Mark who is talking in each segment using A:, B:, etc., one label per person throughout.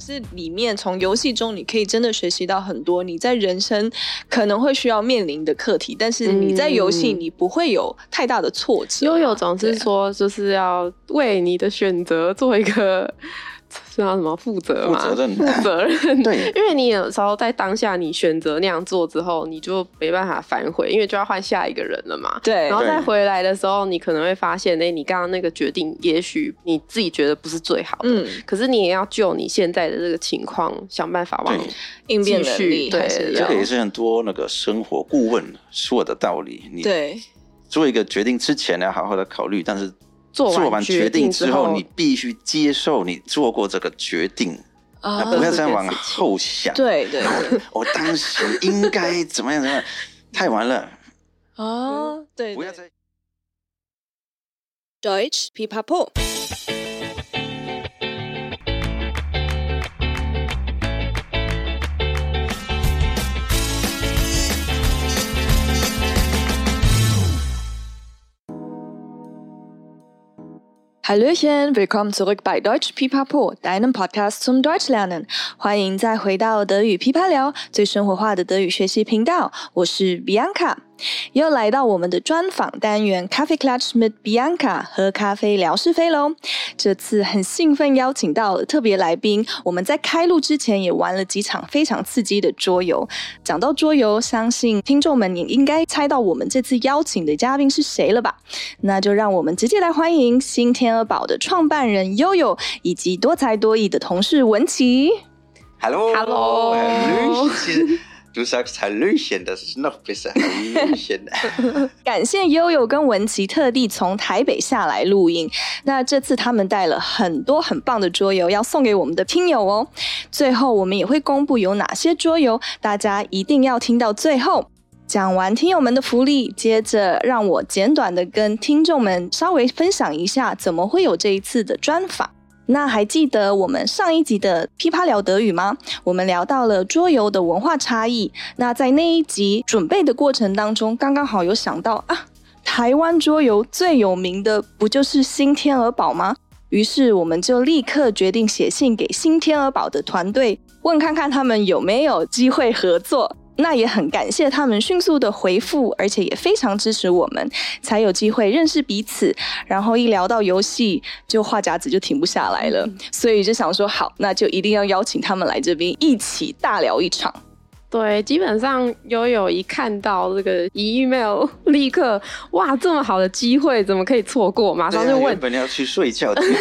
A: 是里面从游戏中你可以真的学习到很多你在人生可能会需要面临的课题，但是你在游戏
B: 嗯
A: 你不会有太大的挫折。
B: 悠悠总是
A: 对啊
B: 说，就是要为你的选择做一个这叫什么负责嘛，
C: 负责任
B: 负责任。
C: 对，
B: 因为你有时候在当下你选择那样做之后，你就没办法反悔，因为就要换下一个人了嘛。
A: 对
B: 然后
C: 对
B: 再回来的时候，你可能会发现，哎、你刚刚那个决定，也许你自己觉得不是最好的，
A: 嗯，
B: 可是你也要就你现在的这个情况想办法往
C: 对
A: 应变能
B: 继续
A: 力还是
B: 对
C: 这
A: 要
C: 个也是很多那个生活顾问说的道理。你
A: 对
C: 做一个决定之前要好好的考虑，但是
B: 做
C: 做
B: 完
C: 完决
B: 决定
C: 定
B: 之
C: 之
B: 后
C: 后，你必须接受你做过这个决定，
A: 啊
C: 那不要再往
B: 这件事情
C: 后想。
A: 对 对对
C: 我当时应该怎么样怎么样，太晚了，
A: 啊，对
C: 不要
A: 对。
C: 再。
A: Deutsch Pipapo。Hallöchen, willkommen zurück bei Deutsch Pipapo, deinem Podcast zum Deutschlernen. 欢迎再回到德语噼啪聊，最生活化的德语学习频道。我是 Bianca。又来到我们的专访单元咖啡 Clutch with Bianca，喝咖啡聊是非喽。这次很兴奋邀请到了特别来宾，我们在开录之前也玩了几场非常刺激的桌游。讲到桌游，相信听众们也应该猜到我们这次邀请的嘉宾是谁了吧？那就让我们直接来欢迎新天鹅堡的创办人悠悠，以及多才多艺的同事文琪。
D: Hallo.
B: Hallo.
D: Hallöchen. Du sagst Hallöchen, das ist noch besser. Hallöchen.
A: 感谢悠悠跟文琪特地从台北下来录音。那这次他们带了很多很棒的桌游要送给我们的听友哦。最后我们也会公布有哪些桌游，大家一定要听到最后。讲完听友们的福利，接着让我简短的跟听众们稍微分享一下，怎么会有这一次的专访。那还记得我们上一集的噼啪聊德语吗？我们聊到了桌游的文化差异，那在那一集准备的过程当中，刚刚好有想到啊，台湾桌游最有名的不就是新天鹅堡吗？于是我们就立刻决定写信给新天鹅堡的团队，问看看他们有没有机会合作。那也很感谢他们迅速的回复，而且也非常支持我们，才有机会认识彼此。然后一聊到游戏，就话匣子就停不下来了，所以就想说好，那就一定要邀请他们来这边一起大聊一场。
B: 对，基本上悠悠一看到这个 email，立刻哇，这么好的机会怎么可以错过？马上
C: 对
B: 就
C: 啊
B: 问
C: 原本要去睡觉，结果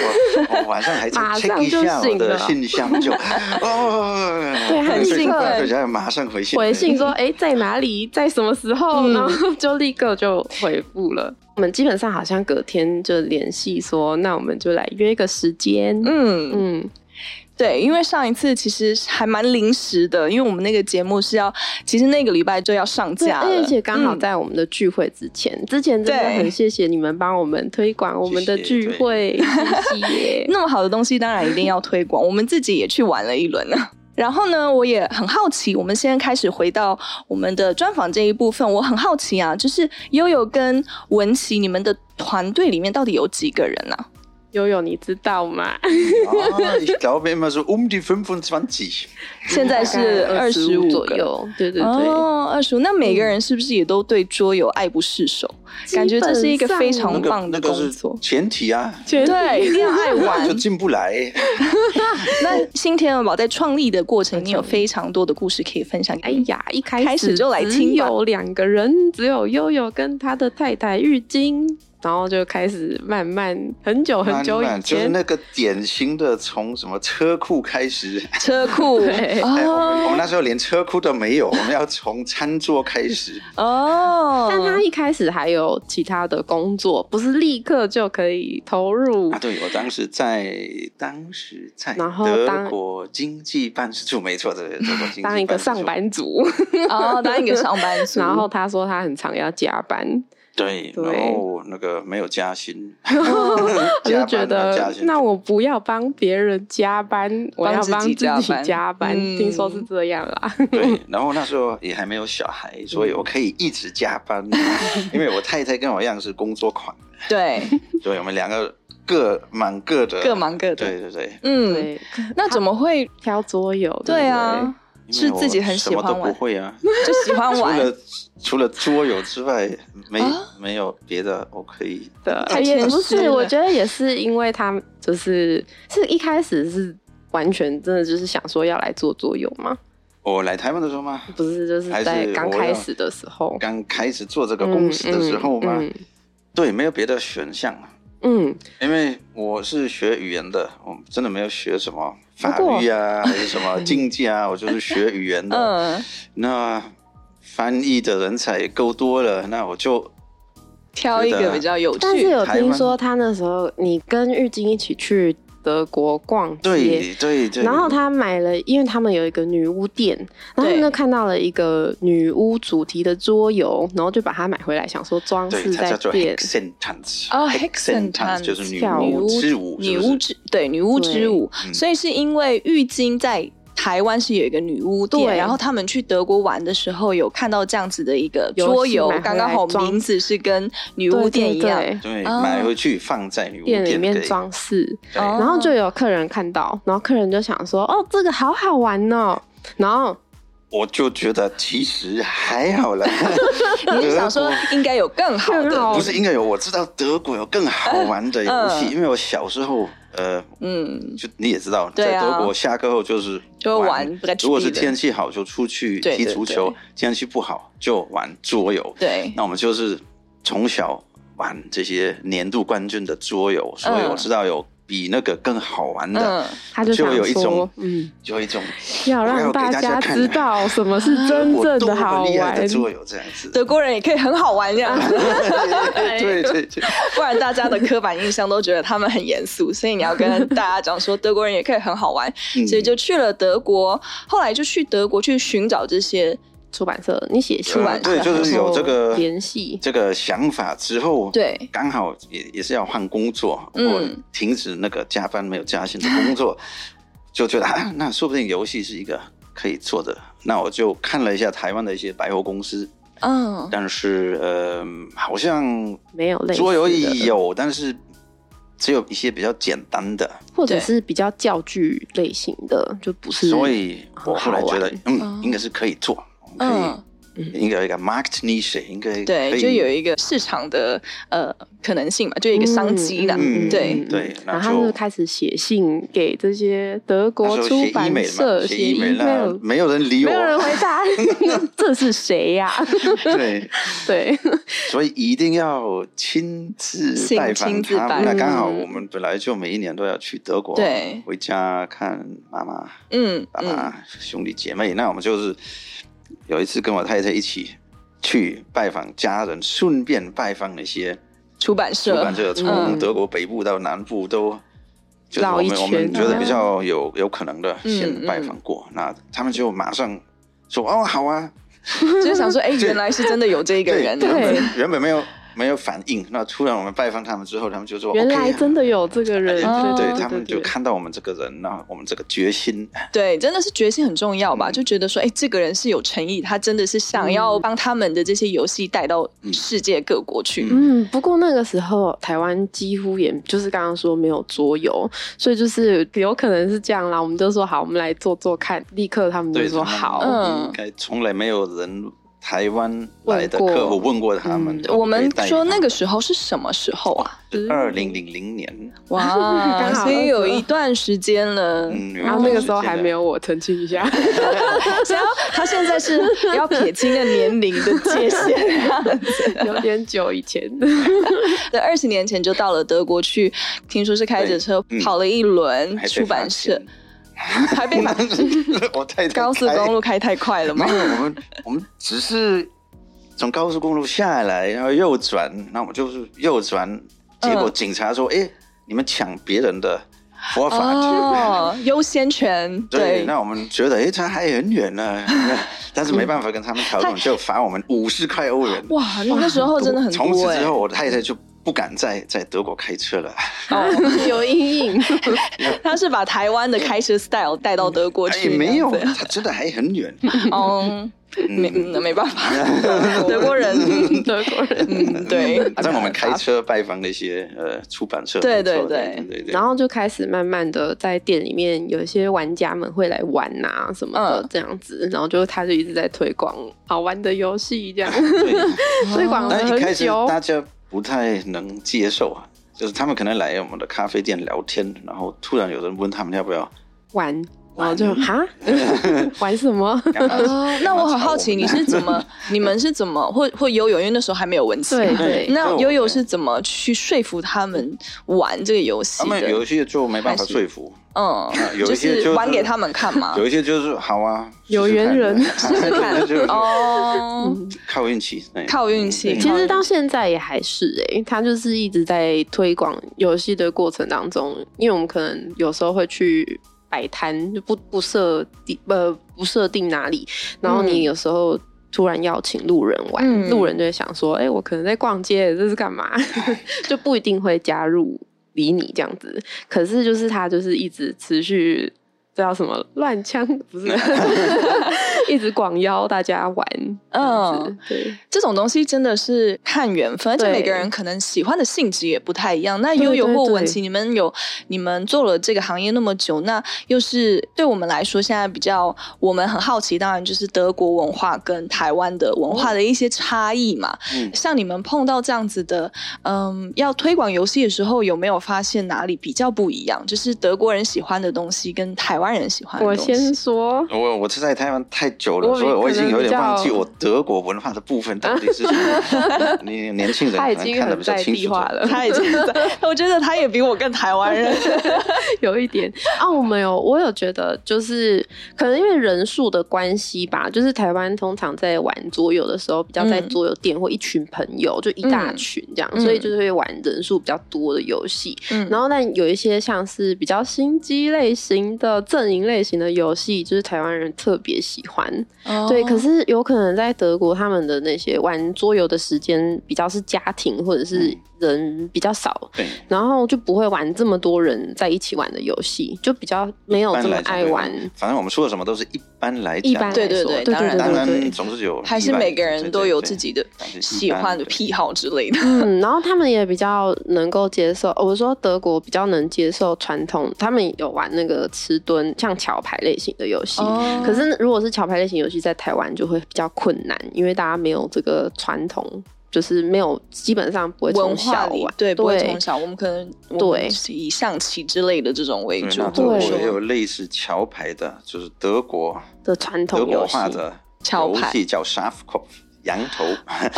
C: 我哦晚上还去
B: 马上
C: check 一
B: 就
C: 下我
B: 醒
C: 的
B: 了
C: 信箱， 就哦，
B: 对很
C: 睡
B: 兴
C: 不着
B: 奋
C: 就想要马上回信，
B: 回信说：“哎、在哪里？在什么时候？”
A: 嗯
B: 然后就立刻就回复了。我们基本上好像隔天就联系说，那我们就来约个时间。嗯
A: 嗯，对，因为上一次其实还蛮临时的，因为我们那个节目是要，其实那个礼拜就要上
B: 对，啊
A: 架了，
B: 而且刚好
A: 嗯
B: 在我们的聚会之前，之前真的
A: 对
B: 很谢谢你们帮我们推广我们的聚会，谢谢。
A: 那么好的东西，当然一定要推 广。我们自己也去玩了一轮呢。然后呢，我也很好奇，我们现在开始回到我们的专访这一部分，我很好奇啊，就是悠悠跟文琪，你们的团队里面到底有几个人啊？
B: 悠悠，你知道吗？
C: 哦
D: Ich glaube immer so um die 25.
A: 现在是
B: 嗯大概
A: 二十
B: 25
A: 五
B: 左
A: 个。
B: 右，对对对。
A: 哦，二十五，那每个人是不是也都对桌游爱不释手？感觉这是一个非常
C: 那
B: 很
C: 个
A: 棒
C: 那
A: 的
C: 个
A: 工
C: 是
A: 作。
C: 前提啊，
B: 全
A: 对，一定 要爱 玩
C: 就。进不来。
A: 那新天鹅堡在创立的过程，你有非常多的故事可以分享。
B: 哎，呀，一开
A: 开始就来
B: 只
A: 听吧
B: 有两个人，只有悠悠跟他的太太玉晶，然后就开始慢慢很久很久以前，
C: 慢慢
D: 就是那个典型的从什么车库 开始，
A: 车库
B: 对
D: 哎我们我们
A: 哦
D: 那时候连车库都没有，我们要从餐桌开始。
A: 哦，
B: 但他一开始还有其他的工作，不是立刻就可以投入
C: 啊，。对，我当时在，当时在
B: 然后当
C: 德国经济办事处， 没错，这个德国经济
B: 当一个
C: 办事处
B: 上，班族，
A: 哦，当一个上班族，
B: 然后他说他很常要加班，
C: 对，
B: 对
C: 然后那个没有加薪，
B: 我
C: 加班
B: 就觉
C: 啊加
B: 得
C: 薪
B: 那我不要帮别人加班，我要帮
A: 帮自己加班
B: 己加班。
A: 嗯
B: 听说是这样啦，
C: 对，然后那时候也还没有小孩，所以我可以一直 加班，因为我太太跟我一样是工作狂，
A: 对，
C: 所以我们两个
D: 各忙各的，
A: 各忙各的。
C: 对对对，
A: 嗯，
B: 对，
A: 那怎么会？
B: 挑桌游，
A: 对
B: 不对
A: 啊，
C: 因为
A: 是自己
C: 我
A: 很喜欢
C: 什么
A: 玩
C: 都不会啊，
A: 就喜欢
D: 除
A: 玩。
D: 了除了桌游之外，没
A: 啊
D: 没有别的我可以
B: 的，
A: 太
B: 也
A: 谦
B: 不
A: 虚
B: 是，
A: 了
B: 我觉得也是因为他就是是一开始是完全真的就是想说要来做桌游嘛，
D: 我哦来台湾的时候吗？
B: 不是就是
D: 还是
B: 在刚
D: 我要
B: 开始的时候，
D: 刚开始做这个公司的时候吗？
B: 嗯
D: 对，没有别的选项啊，
B: 嗯嗯
D: 因为我是学语言的，我真的没有学什么法
B: 不过
D: 律啊，还是 什么经济啊，我就是学语言的。
A: 嗯，
D: 那翻译的人才也够多了，那我就
A: 挑一
D: 是
A: 个
D: 的
A: 比较有
B: 但是
A: 趣。
B: 有
D: 台湾
B: 听说他那时候你跟玉晶一起去德国逛街。
D: 对对对。
B: 然后他买了，因为他们有一个女巫店，然后
A: 对
B: 呢看到了一个女巫主题的桌游，然后就把它买回来，想说装
D: 对
B: 饰
D: 它
B: 在
D: 叫做
B: 店。
D: hexentance
A: 哦
D: hexentance 就是女
B: 跳
D: 巫
A: 舞
D: 之舞，
A: 女
D: 是不是
A: 巫之对女巫之
B: 对
A: 舞，
D: 嗯
A: 所以是因为浴巾在台湾是有一个女巫店，
B: 对
A: 然后他们去德国玩的时候有看到这样子的一个
B: 游戏
A: 桌游
B: 买回，来
A: 刚刚好
B: 装
A: 名字是跟女巫店一样，
B: 对对对
D: 对，
A: 哦
D: 买回去放在女巫
B: 店里面
D: 给
B: 装饰，
D: 对
A: 哦
B: 然后就有客人看到，然后客人就想说：“哦，这个好好玩哦。”然后
D: 我就觉得其实还好啦，
A: 你是想说应该有更好
B: 更好
A: 的，
D: 不是应该有我知道德国有更好玩的游戏，
A: 嗯
D: 因为我小时候呃，
A: 嗯，
D: 就你也知道，
A: 对
D: 在
A: 啊
D: 德国下课后就是
A: 就会玩
D: 玩
A: Brettspiele，
D: 如果是天气好就出去
A: 对
D: 踢
A: 对
D: 足球
A: 对，
D: 天气不好就玩桌游。
A: 对，
D: 那我们就是从小玩这些年度冠军的桌游，所以
A: 嗯
D: 我知道有比那个更好玩的，
A: 嗯，
B: 他就想
D: 有一
B: 说
D: 种：“
B: 嗯，
D: 就有一种
B: 要
D: 我
B: 让
D: 要给
B: 大
D: 大家
B: 家
D: 看啊
B: 知道什么 是真
D: 我
B: 正
D: 多
B: 好
D: 么厉害
B: 玩
D: 的。桌游这样子。
A: 德国人也可以很好玩这样子，
D: 对对对，
A: 不然大家的刻板印象都觉得他们很严肃，所以你要跟大家讲说德国人也可以很好玩，
D: 嗯
A: 所以就去了德国，后来就去德国去寻找这些，”
B: 出版社，你写信
A: 出版社
D: 对，就是有这
B: 然
D: 个
B: 后联系
D: 这个想法之后，
A: 对，
D: 刚好也也是要换工作，
A: 嗯
D: 我停止那个加班没有加薪的工作，就觉得啊，那说不定游戏是一个可以做的。那我就看了一下台湾的一些百货公司，
A: 嗯，
D: 但是呃，好像
B: 没有类似的
D: 桌游也有，但是只有一些比较简单的，
B: 或者是比较教具类型的，就不是。
D: 所以我后来觉得
B: 好玩，
A: 哦
D: 嗯，应该是可以做，可
A: 嗯
D: 以，应该有一个 market niche，应该可
A: 对，
D: 以
A: 就有一个市场的呃可能性嘛，就有一个商机啦。
D: 嗯
A: 对
D: 嗯对那
B: 然后他就
D: 就
B: 开始写信给这些德国
D: 那时候
B: 出
D: 写
B: 版
D: email
B: 社
D: 嘛，写 email，
B: email
D: 那没有啊人理
B: 没有人
D: 我，
B: 回 答，这是谁呀、
D: 对，
B: 对，
D: 所以一定要亲自
A: 亲
D: 拜
A: 亲
D: 访
A: 自
D: 他
A: 拜
D: 们。那
B: 访
D: 刚好我们本来就每一年都要去德国，
A: 对
D: 回家看妈妈、
A: 嗯
D: 爸
A: 嗯，
D: 爸、兄弟姐妹。那我们就是有一次跟我太太一起去拜访家人，顺便拜访那些
A: 出版
D: 出
A: 社，
D: 版社，
B: 嗯
D: 从德国北部到南部都。就是
B: 绕
D: 我
B: 一
D: 们我们
B: 圈
D: 觉得
B: 啊
D: 比较有有可能的，
A: 嗯
D: 先拜访过，那他们就马上说哦好啊，
A: 就是想说，哎，原来是真的有这一个
D: 对
A: 人
D: 原
A: 啊。
D: 本原本没有没有反应，那突然我们拜访他们之后，他们就说
B: 原来
D: OK 啊
B: 真的有这个人，
A: 哦
D: 对
B: 对
D: 对，他们就看到我们这个人，那我们这个决心，
A: 对，真的是决心很重要
D: 嗯
A: 吧？就觉得说，哎，这个人是有诚意，他真的是想要帮他们的这些游戏带到世界各国去。
B: 嗯，不过那个时候台湾几乎也就是刚刚说没有桌游，所以就是有可能是这样啦。我们就说好，我们来做做看，立刻他们就
D: 对，
B: 说
D: 他们
B: 好，
A: 嗯
D: 应该从来没有人台湾来的
B: 问过
D: 客户问过他们
B: 嗯。
A: 我们说那个时候是什么时候啊？
D: 二零零零年，
A: 哇，
B: 刚好
A: 所以有一段时间了。
D: 嗯，
B: 然后那个时候还没
D: 有
B: 有我澄清一 下，
A: 想要他现在是要撇清的年龄的界 限啊，
B: 有点久以前。
A: 对，二十年前就到了德国去，听说是开着车
D: 对嗯
A: 跑了一轮
D: 还被
A: 出版
D: 罚
A: 社
D: 钱，
A: 还被罚
D: 我太太
A: 高速
D: 开
A: 公路开太快了吗
D: 没？有，我们我们只是从高速公路下来，然后右转，那我们就是右转，结
A: 嗯
D: 果警察说：“哎、你们抢别人的佛法。
A: 哦，优先权
D: 对，
A: 对，
D: 那我们觉得，哎，他还很 远呢，但是没办法跟他们讨论，就罚我们五十块欧元。
A: 哇，那时候真的很
D: 从此
A: 多哎
D: 之，后，我太太就不敢再在德国开车了，
B: 有阴影，
A: 欸哦他是把台湾的开车 style 带到德国
D: 哎，
A: 去，
D: 没有，
A: 这样子
D: 她真的还很远。
A: 哦，没嗯没办 法，德国人，
B: 德国人。
A: 嗯对，
D: 让我们开车拜访那些呃出版社，
A: 对
D: 没错
A: 对对
D: 对对对，
B: 然后就开始慢慢的在店里面，有一些玩家们会来玩啊什么的
A: 嗯
B: 这样子，然后就他就一直在推广好玩的游戏 这样，
D: 对
B: 推广了
D: 但一开
B: 哦很
D: 始
B: 久。
D: 大家不太能接受啊，就是他们可能来我们的咖啡店聊天，然后突然有人问他们要不要，
B: 玩，然后就哈 玩什么？
D: 干嘛
A: 哦，那我很好奇，你是怎么，你们是怎么，或或悠悠，因为那时候还没有文字嘛，
B: 对
D: 对
B: 对，
A: 那
D: 哎对我哎
A: 悠悠是怎么去说服他们玩这个游戏
D: 他们有
A: 的？
D: 一些就没办法
A: 还是
D: 说服，
A: 嗯，
D: 有一
A: 就
D: 些就是
A: 玩给他们看嘛，
D: 有一些就是好啊，
B: 有
D: 试试看
B: 缘 人
A: 试试看
D: 就是
A: 哦，
D: 靠运气，对
A: 靠运气
D: 嗯
B: 其实到现在也还是哎、欸，他就是一直在推广游戏的过程当中，因为我们可能有时候会去摆摊，就不不设定呃不设定哪里，然后你有时候。突然邀请路人玩，
A: 嗯
B: 路人就会想说：“哎、我可能在逛街，这是干嘛？” 就不一定会加入理你这样子。可是就是他就是一直持续，这叫什么乱枪？不是， 一直广邀大家玩。嗯
A: 嗯，，
B: 对。
A: 这种东西真的是看缘分，而且
B: 对
A: 每个人可能喜欢的性质也不太一样。那悠
B: 对
A: 悠
B: 对
A: 或
B: 对
A: 文琪，你们有你们做了这个行业那么久，那又是对我们来说现在比较我们很好奇，当然就是德国文化跟台湾的文化的一些差异嘛。
D: 嗯
A: 像你们碰到这样子的，嗯，要推广游戏的时候，有没有发现哪里比较不一样？就是德国人喜欢的东西跟台湾人喜欢的
B: 我
A: 东西。
B: 先说，
D: 我我是在台湾太久了，
B: 我
D: 所以我已经有点忘
B: 可能
D: 记
B: 比较
D: 我德国文化的部分到底是 什么。你你年轻人
B: 他已
D: 可能
B: 经
D: 看得
B: 很
D: 比较
B: 在
D: 清
B: 地
D: 楚。
B: 化了，
A: 他已经在， 我觉得他也比我更台湾人。
B: 有一点啊，我们有我有觉得，就是可能因为人数的关系吧，就是台湾通常在玩桌游的时候，比较在
A: 嗯
B: 桌游店或一群朋友，就一大群这样，
A: 嗯
B: 所以就是会玩人数比较多的游戏。
A: 嗯
B: 然后，但有一些像是比较心机类型的、阵营类型的游戏，就是台湾人特别喜欢。
A: 后
B: 对，可是有可能在德国，他们的那些玩桌游的时间比较是家庭或者是人比较少，
D: 对，
B: 然后就不会玩这么多人在一起玩的游戏，就比较没有
D: 一
B: 这
D: 般
B: 么
D: 来讲
B: 爱玩。
D: 反正我们说什么都是一般来讲。
B: 一般来
A: 对
B: 说，
A: 对对
B: 对
A: 当然
B: 对
D: 当
B: 对对
D: 然
B: 对。
D: 总是有意外，
A: 还是每个人都有自己的喜欢的癖好之类的。
B: 嗯，然后他们也比较能够接受，哦我说德国比较能接受传统，他们有玩那个吃蹲，像桥牌类型的游戏。
A: 哦
B: 可是如果是桥牌类型游戏，在台湾就会比较困难，因为大家没有这个传统，就是没有基本上不会
A: 文
B: 从
A: 化
B: 小
A: 里
B: 玩，
A: 对不会哦从小，我们可能我们
B: 对
A: 是以象棋之类的这种为
D: 对
A: 主，
D: 那
A: 或
D: 德
A: 者
D: 国
B: 对
D: 也
A: 说
D: 有类似桥牌的，就是德国
B: 的传
D: 德
B: 统
D: 国
B: 游戏
D: 化。的
A: 桥
D: 游
A: 牌
D: 戏叫 Shafkopf 羊头，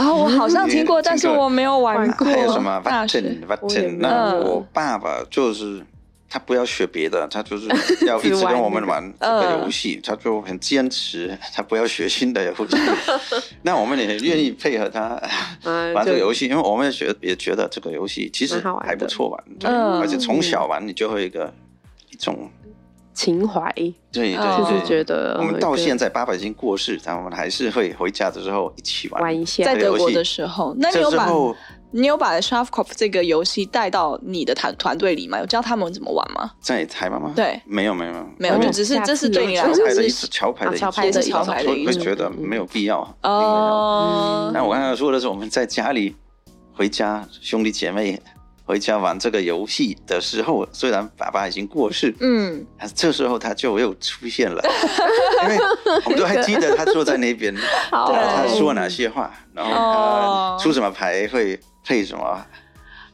A: 哦，我好像听过，
D: 这个
A: 但是我没有玩过。
D: 还有什么
A: 大学
D: Vatten
B: 我也
D: Vatten？
B: 没
D: 那
A: 有
D: 我爸爸就是。他不要学别的，他就是要一
B: 只
D: 直
B: 玩
D: 跟我们
B: 那个
D: 玩这个游戏，他就很坚持，他不要学新的游戏。那我们也愿意配合他
B: 嗯
D: 玩这
B: 就
D: 个游戏，因为我们也觉也觉得这个游戏其实
B: 蛮好玩的
D: 还不错玩，对，
A: 嗯
D: 而且从小玩你就会有一个一种
B: 情怀，就
D: 对
A: 哦
D: 对
B: 是
D: 对，
B: 觉得
D: 嗯我们到
B: 在。
D: 现在爸爸已经过世，但我们还是会回家的时候一起玩。
B: 玩一下
A: 在
D: 这个
A: 德
D: 游戏
A: 国的时候，那你
D: 这
A: 有
D: 时
A: 把
D: 候
A: 你有把 Shavkov 这个游戏带到你的团团队里吗？有教他们怎么玩吗？
D: 在台湾吗？
A: 对
D: 没有没有没有，
A: 没有，
B: 哦
A: 就只是
B: 下次
A: 这是对你来
D: 桥
A: 说
D: 牌的一
A: 是
D: 种桥牌的一
B: 啊桥牌
A: 的一
D: 种
A: 种桥牌的一
D: 会
A: 种
D: 觉得没有必要。
A: 哦
D: 那我刚才说的是我们在家里回家兄弟姐妹。回家玩这个游戏的时候，虽然爸爸已经过世，
A: 嗯，
D: 但是这时候他就又出 现了，因为我们都还记得他坐在那边， 然后他说哪些话，然后
A: 哦
D: 他出什么牌会配什么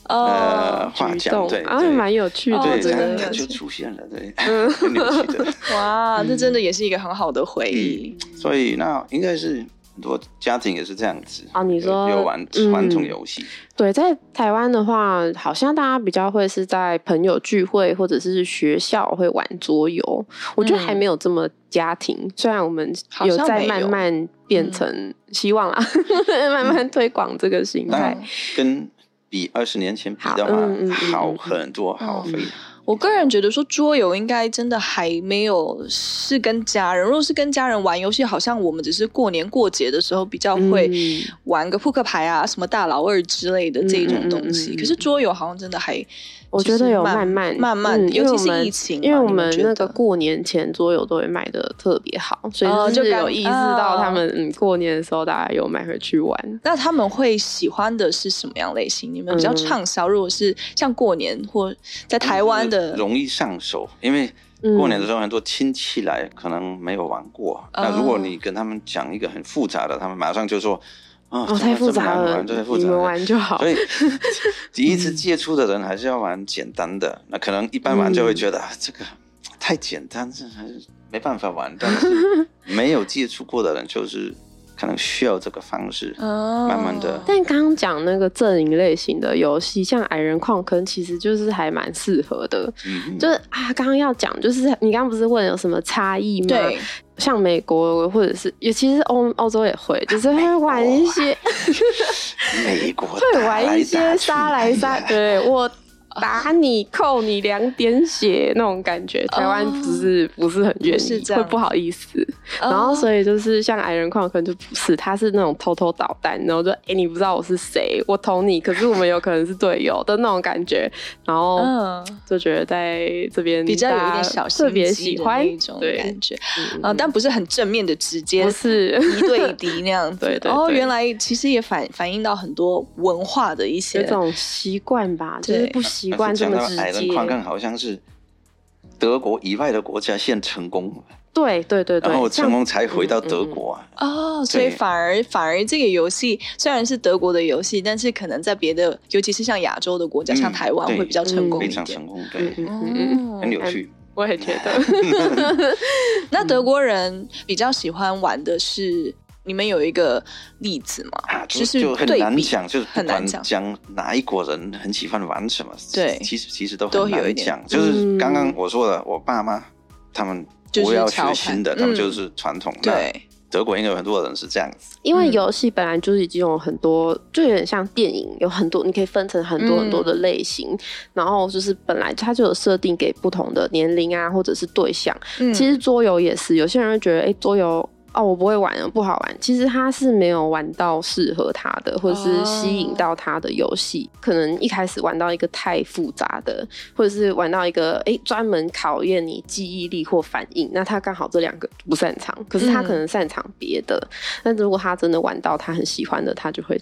D: 呃
A: 哦，
D: 画
B: 举
D: 匠，
B: 动
D: 对，
B: 啊，
D: 对
B: 蛮有趣
A: 哦
B: 的，
D: 对，
A: 真的
B: 真
A: 很
D: 他他
A: 有
B: 的。
D: 就
A: 趣
D: 出现了，对，很有趣的。
A: 哇，这
B: 嗯
A: 真的也是一个很好的回忆。
D: 所以那应该是很多家庭也是这样子
B: 啊你说
D: 有有玩
B: 嗯
D: 传统游戏，
B: 对，在台湾的话，好像大家比较会是在朋友聚会或者是学校会玩桌游，我觉得
A: 嗯
B: 还没有这么家庭。虽然我们
A: 好
B: 有
A: 像没
B: 在
A: 有嗯
B: 慢慢变成希望啦， 慢慢推广这个形
D: 当
B: 态
D: 然。跟比二十年前比的
B: 好嗯嗯嗯
D: 话，
B: 嗯
D: 好很多，好非常。
A: 我个人觉得说桌游应该真的还没有是跟家人，如果是跟家人玩游戏，好像我们只是过年过节的时候比较会
B: 嗯
A: 玩个扑克牌啊、什么大老二之类的这一种东西。
B: 嗯嗯嗯嗯
A: 可是桌游好像真的还，
B: 我觉得有慢慢
A: 慢慢，
B: 嗯
A: 尤其
B: 因为我
A: 是
B: 们
A: 疫情嘛，
B: 因为我
A: 你
B: 们
A: 觉
B: 那
A: 得
B: 个过年前桌游都会卖的特别好，所
A: 哦
B: 以
A: 就是哦刚
B: 有意识到他们、嗯过年的时候大家有买回去玩。
A: 那他们会喜欢的是什么样类型？你们比较
B: 嗯
A: 畅销，如果是像过年或在台湾的，
D: 容易上手，因为
B: 嗯
D: 过年的时候很多亲戚来，可能没有玩过。
A: 哦
D: 那如果你跟他们讲一个很复杂的，他们马上就说：“啊、
B: 哦，太复杂了，
D: 这么难玩这太复
B: 你
D: 杂
B: 们
D: 了。
B: 玩就”好嗯
D: 所。以 第一次接触的人还是要玩简单的。那可能一般玩就会
B: 嗯
D: 觉得、啊这个太简单，这还是没办法玩。但是没有接触过的人，就是可能需要这个方式。
B: 嗯
A: 哦
D: 慢慢的
B: 但刚刚讲那个阵营类型的游戏，像矮人矿坑，其实就是还蛮适合的。
D: 嗯，
B: 就是啊，刚刚要讲，就是你刚刚不是问有什么差异吗？
A: 对，
B: 像美国或者是也其实欧澳洲也会，
A: 啊
B: 就是会玩一些，
D: 美国
B: 会
D: 打来
B: 玩一
D: 打
B: 些
D: 去
B: 杀来杀，
D: 哎呀
B: 对 我
A: 啊
B: 打你扣你两点血那种感觉，
A: 哦
B: 台湾不是、不是很愿
A: 不是
B: 意，
A: 这
B: 会
A: 样
B: 不好意思。然后
A: 以
B: 所以就是像矮人矿坑就不是，他是那种偷偷捣蛋，然后就哎、诶你不知道我是谁，我捅你，可是我们有可能是队友的那种感觉，然后
A: 嗯，
B: 就觉得在这边
A: 比较有一
B: 大
A: 点
B: 家
A: 小心
B: 特别
A: 机
B: 喜
A: 的
B: 欢
A: 那一种
B: 对，
A: 感觉
B: 嗯
A: 啊，但不是很正面的，直接
B: 不是。
A: 一对一敌那样子。
B: 对对
A: 哦，
B: 对
A: 原来其实也反反映到很多文化的一
B: 有
A: 些
B: 一种习惯吧，就是
A: 对
B: 不习
D: 但是
B: 惯这
D: 讲
B: 么
D: 到
B: 直
D: 矮人
B: 接。
D: 矿坑好像是德国以外的国家先成功了，
B: 对对对对，
D: 然后成
B: 像
D: 功才回
A: 嗯
D: 到德国啊。
A: 哦，所以
D: 对
A: 反而反而这个游戏虽然是德国的游戏，但是可能在别的，尤其是像亚洲的国家，
D: 嗯
A: 像台湾
D: 对
A: 会比较成功一
D: 非
A: 点。
D: 常成功，对，
B: 嗯嗯嗯，
A: 哦
D: 很有嗯趣。
B: 我也觉得
A: 那德国人比较喜欢玩的是，你们有一个例子吗？
D: 啊，
A: 就
D: 就是就很
A: 对比
D: 难讲，就是不
A: 很难
D: 管
A: 讲
D: 讲哪一国人很喜欢玩什么，
A: 对
D: 其实其实都
A: 都
D: 很
A: 有一
D: 难
A: 点
D: 讲。就是
B: 嗯
D: 刚刚我说的，我爸妈他们
A: 就是
D: 不要
A: 潮
D: 学
A: 牌
D: 新的，他
A: 嗯
D: 们就是传统的。
A: 对，
D: 德国应该有很多人是这样子，
B: 因为游戏本来就是已经有很多，就有点像电影，有很多你可以分成很多
A: 嗯
B: 很多的类型，然后就是本来它就有设定给不同的年龄啊，或者是对象。
A: 嗯
B: 其实桌游也是，有些人会觉得，哎、桌游。哦，我不会玩，不好玩。其实他是没有玩到适合他的，或者
A: 哦
B: 是吸引到他的游戏。可能一开始玩到一个太复杂的，或者是玩到一个哎专门考验你记忆力或反应，那他刚好这两个不擅长，可是他
A: 嗯
B: 可能擅长别的。但如果他真的玩到他很喜欢的，他就会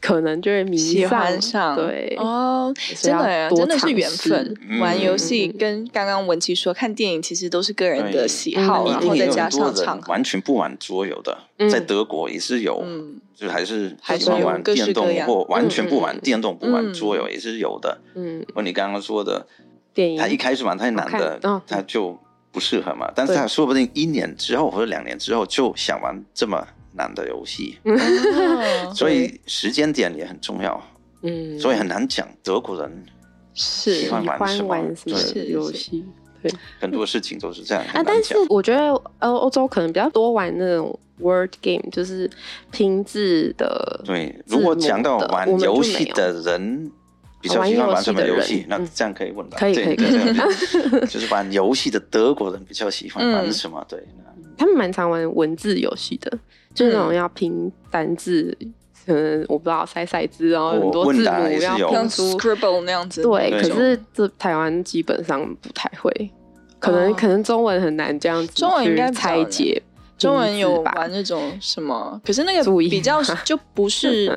B: 可能就会迷
A: 喜欢上
B: 对，
A: 哦，
B: 是
A: 真
B: 要
A: 的耶
B: 多
A: 真的是
B: 尝
A: 缘
B: 试
A: 分。
D: 嗯
A: 玩游戏跟刚刚文琪说看电影，其实都是个人的
D: 对
A: 喜
B: 嗯
A: 好，
B: 一
A: 然
D: 一
A: 后
D: 定
A: 再
D: 有
A: 加
D: 很多
A: 上场
D: 人
A: 合，
D: 完全不玩桌游的
B: 嗯，
D: 在德国也是有，
A: 嗯，
D: 就还是
A: 还
D: 喜欢
A: 是有
D: 玩
A: 各式
D: 电
A: 各
D: 动
A: 样
D: 或完全不
B: 嗯嗯
D: 玩
B: 嗯
D: 电动、不
A: 嗯
D: 玩桌游也是有的。
B: 嗯，
D: 或你刚刚说的，
B: 电影
D: 他一开始玩太难的
B: 好看嗯，
D: 他就不适合嘛。但是他说不定一年之后或者两年之后就想玩这么难的游戏，
A: 哦
D: 所以时间点也很重要，
B: 嗯，
D: 所以很难讲德国人
A: 是
D: 喜欢玩
B: 喜
D: 什
B: 欢
D: 么
B: 玩什么
A: 对
B: 游戏。对
D: 很多事情都是这样
B: 啊，
D: 很
B: 但
D: 难
B: 是
D: 讲。
B: 我觉得呃，欧洲可能比较多玩那种 word game，就是拼字的。
D: 对，
B: 字幕
D: 如果讲到
B: 的
D: 玩
B: 我们就
D: 游戏
B: 没有
D: 的人。比较喜欢玩什么游戏？那这样可以问
B: 嗯
D: 到，
B: 可以
D: 对
B: 可以
D: 对
B: 可 以
D: 对就是玩游戏的德国人比较喜欢玩
A: 嗯
D: 什么？对，那
B: 他们蛮常玩文字游戏的，就是那种
D: 嗯
B: 要拼单字，可能我不知道塞塞字，然后很多
D: 我
B: 字
D: 问答
B: 母
D: 也是
B: 要
D: 有
A: 像
B: 拼 出。
A: Scribble 那样子，
B: 对，
D: 对
B: 可是这台湾基本上不太会，可能、
A: 哦
B: 可能中文很难这样子
A: 中文应该比
B: 去
A: 较
B: 拆解。
A: 中文有
B: 吧？
A: 玩那种什么，可是那个
B: 注意
A: 比较就不 是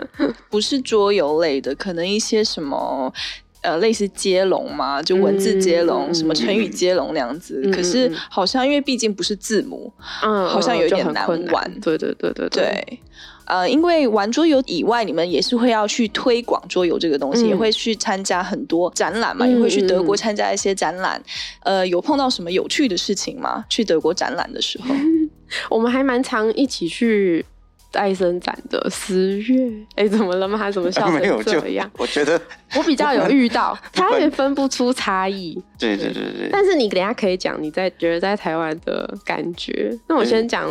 A: 不是桌游类的，可能一些什么呃类似接龙嘛，就文字接龙、
B: 嗯
A: 什么成语
D: 嗯
A: 接龙那样子。
B: 嗯
A: 可是
B: 嗯嗯
A: 好像因为毕竟不是字母，
B: 嗯，
A: 好像有一
B: 就
A: 点
B: 很
A: 难
B: 困难
A: 玩
B: 对对对对
A: 对。呃，因为玩桌游以外，你们也是会要去推广桌游这个东西，
B: 嗯
A: 也会去参加很多展览嘛，
B: 嗯
A: 也会去德国
B: 嗯嗯
A: 参加一些展览。呃，有碰到什么有趣的事情吗？去德国展览的时 候，
B: 我们还蛮常一起去戴森展的十月。哎、怎么了吗？他怎么笑
D: 没有
B: 成
D: 就
B: 这样？
D: 我觉 得，
B: 我比较有遇到，
D: 然
B: 他也分不出差异。
D: 对对对对，
B: 但是你等一下可以讲你在觉得在台湾的感觉。那我先讲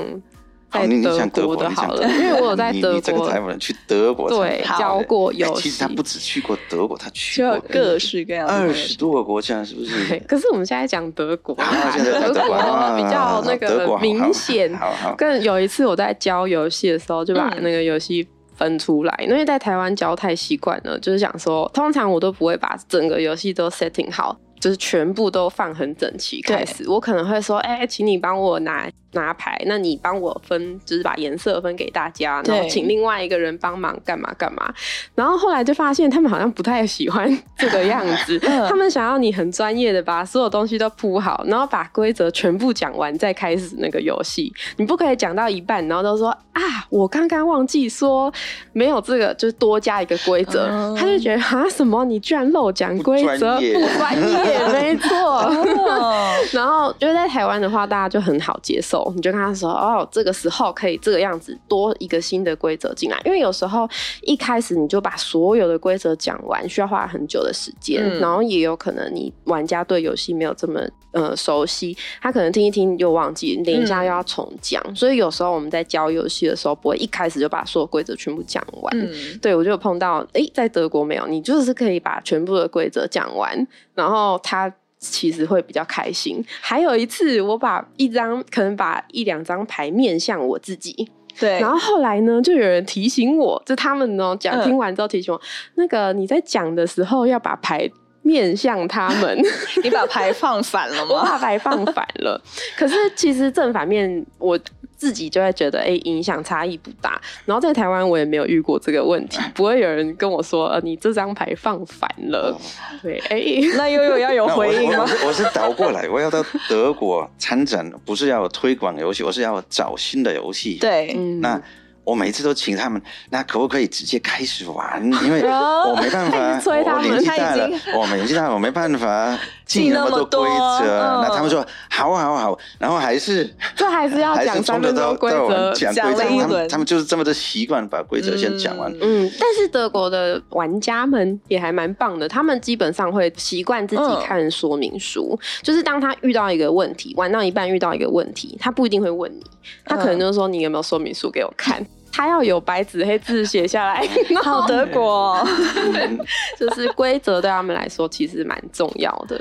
D: 好，
B: 在
D: 哦你你想
B: 德
D: 德
B: 国
D: 国
B: 的
D: 哦你
B: 好了
D: 想德国
B: 因为我有在
D: 你
B: 德
D: 你这个
B: 国
D: 台湾人去德国参
B: 对
D: 加的
B: 教过
D: 哎
B: 游
D: 其实他
B: 戏
D: 不止去过德国，他去
A: 就有
D: 过
A: 各式各样的
D: 二
A: 东
D: 十
A: 西。
D: 多个国家，是不是？
B: 可是我们现在讲德国，
D: 啊现在在
B: 德
D: 德国啊
B: 比较那
D: 德国
B: 个
D: 好
B: 明显。
D: 好好，
B: 更有一次我在教游戏的时候，就把
A: 嗯
B: 那个游戏分出来，因为在台湾教太习惯了，就是想说，通常我都不会把整个游戏都 setting 好。就是全部都放很整齐
A: 对
B: 开始，我可能会说，哎、请你帮我拿拿牌，那你帮我分，就是把颜色分给大家，然后
A: 对
B: 请另外一个人帮忙干嘛干嘛。然后后来就发现他们好像不太喜欢这个样子，
A: 嗯
B: 他们想要你很专业的把所有东西都铺好，然后把规则全部讲完再开始那个游戏。你不可以讲到一半，然后都说啊，我刚刚忘记说没有这个，就是多加一个规则。
A: 嗯
B: 他就觉得啊，什么你居然漏讲规则，
D: 不专业
B: 不专 业，没错。
A: 哦，
B: 然后就是在台湾的话，大家就很好接受，你就跟他说哦，这个时候可以这个样子多一个新的规则进来，因为有时候一开始你就把所有的规则讲完，需要花很久的时间，
A: 嗯
B: 然后也有可能你玩家对游戏没有这么呃熟悉，他可能听一听又忘记，等一下
A: 嗯
B: 又要重讲，所以有时候我们在教游戏的时候，不会一开始就把所有规则全部讲完，
A: 嗯，
B: 对，我就有碰到，诶，在德国没有，你就是可以把全部的规则讲完，然后他其实会比较开心。还有一次，我把一张可能把一两张牌面向我自己，
A: 对，
B: 然后后来呢，就有人提醒我，就他们呢讲
A: 嗯
B: 听完之后提醒我，那个你在讲的时候要把牌面向他们。
A: 你把牌放反了
B: 我
A: 吗？
B: 把牌放反了。可是其实正反面我自己就会觉得，哎、影响差异不大。然后在台湾我也没有遇过这个问题，不会有人跟我说，呃，你这张牌放反
A: 哦
B: 了。对，哎、
A: 那悠悠要有
D: 那我
A: 回应
D: 我
A: 吗
D: 我？是我是倒过来，我要到德国参展，不是要推广游戏，我是要找新的游戏。，
A: 对，
B: 嗯
D: 那我每次都请他们，那可不可以直接开始玩？因为
A: 哦
D: 我没办
B: 他一
D: 法
B: 直，催他
D: 我
B: 们
D: 年纪
A: 他已
D: 大了
A: 经，
D: 我年纪大了，我没办法
A: 记
D: 记
A: 那
D: 那
A: 么
D: 么
A: 多
D: 多规则。
A: 嗯
D: 那他们说好啊好好，然后 还是
B: 这还是要
D: 还
B: 讲
D: 是
B: 三
D: 从头
B: 分
D: 到
B: 钟规
D: 到
B: 则
D: 晚。讲
A: 讲
D: 规则，
A: 了一
D: 他
A: 轮
D: 们他们就是这么的习惯把规则先讲完。
A: 嗯
B: 嗯，但是德国的玩家们也还蛮棒的，他们基本上会习惯自己
A: 嗯
B: 看说明书，就是当他遇到一个问题，玩到一半遇到一个问题，他不一定会问你，他
A: 嗯
B: 可能就说你有没有说明书给我看，他要有白纸黑字写下 来，然后
A: 好德国哦，
D: 嗯
B: 就是规则对他们来说其实蛮重要的。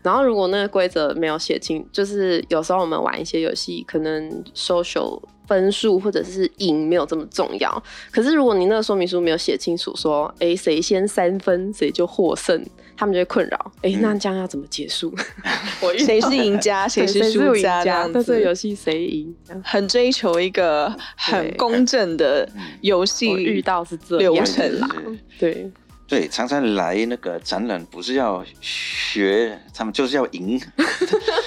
B: 然后如果那个规则没有写清，就是有时候我们玩一些游戏，可能 social 分数或者是赢没有这么重要。可是如果你那个说明书没有写清楚说，诶谁先三分谁就获胜，他们就会困扰。诶，
D: 嗯
B: 那这样要怎么结束？ 我遇到
A: 谁是赢家，谁
B: 对
A: 是
B: 输
A: 输
B: 赢
A: 家，这
B: 家？
A: 样
B: 在这个游
A: 子。
B: 戏谁赢？这样
A: 很追求一个很
B: 对嗯
A: 公正的游戏
B: 我遇到是这
A: 流
B: 样
A: 程
B: 子啦，
D: 是
B: 对，
D: 对，常常来那个展览不是要学，他们就是要 赢。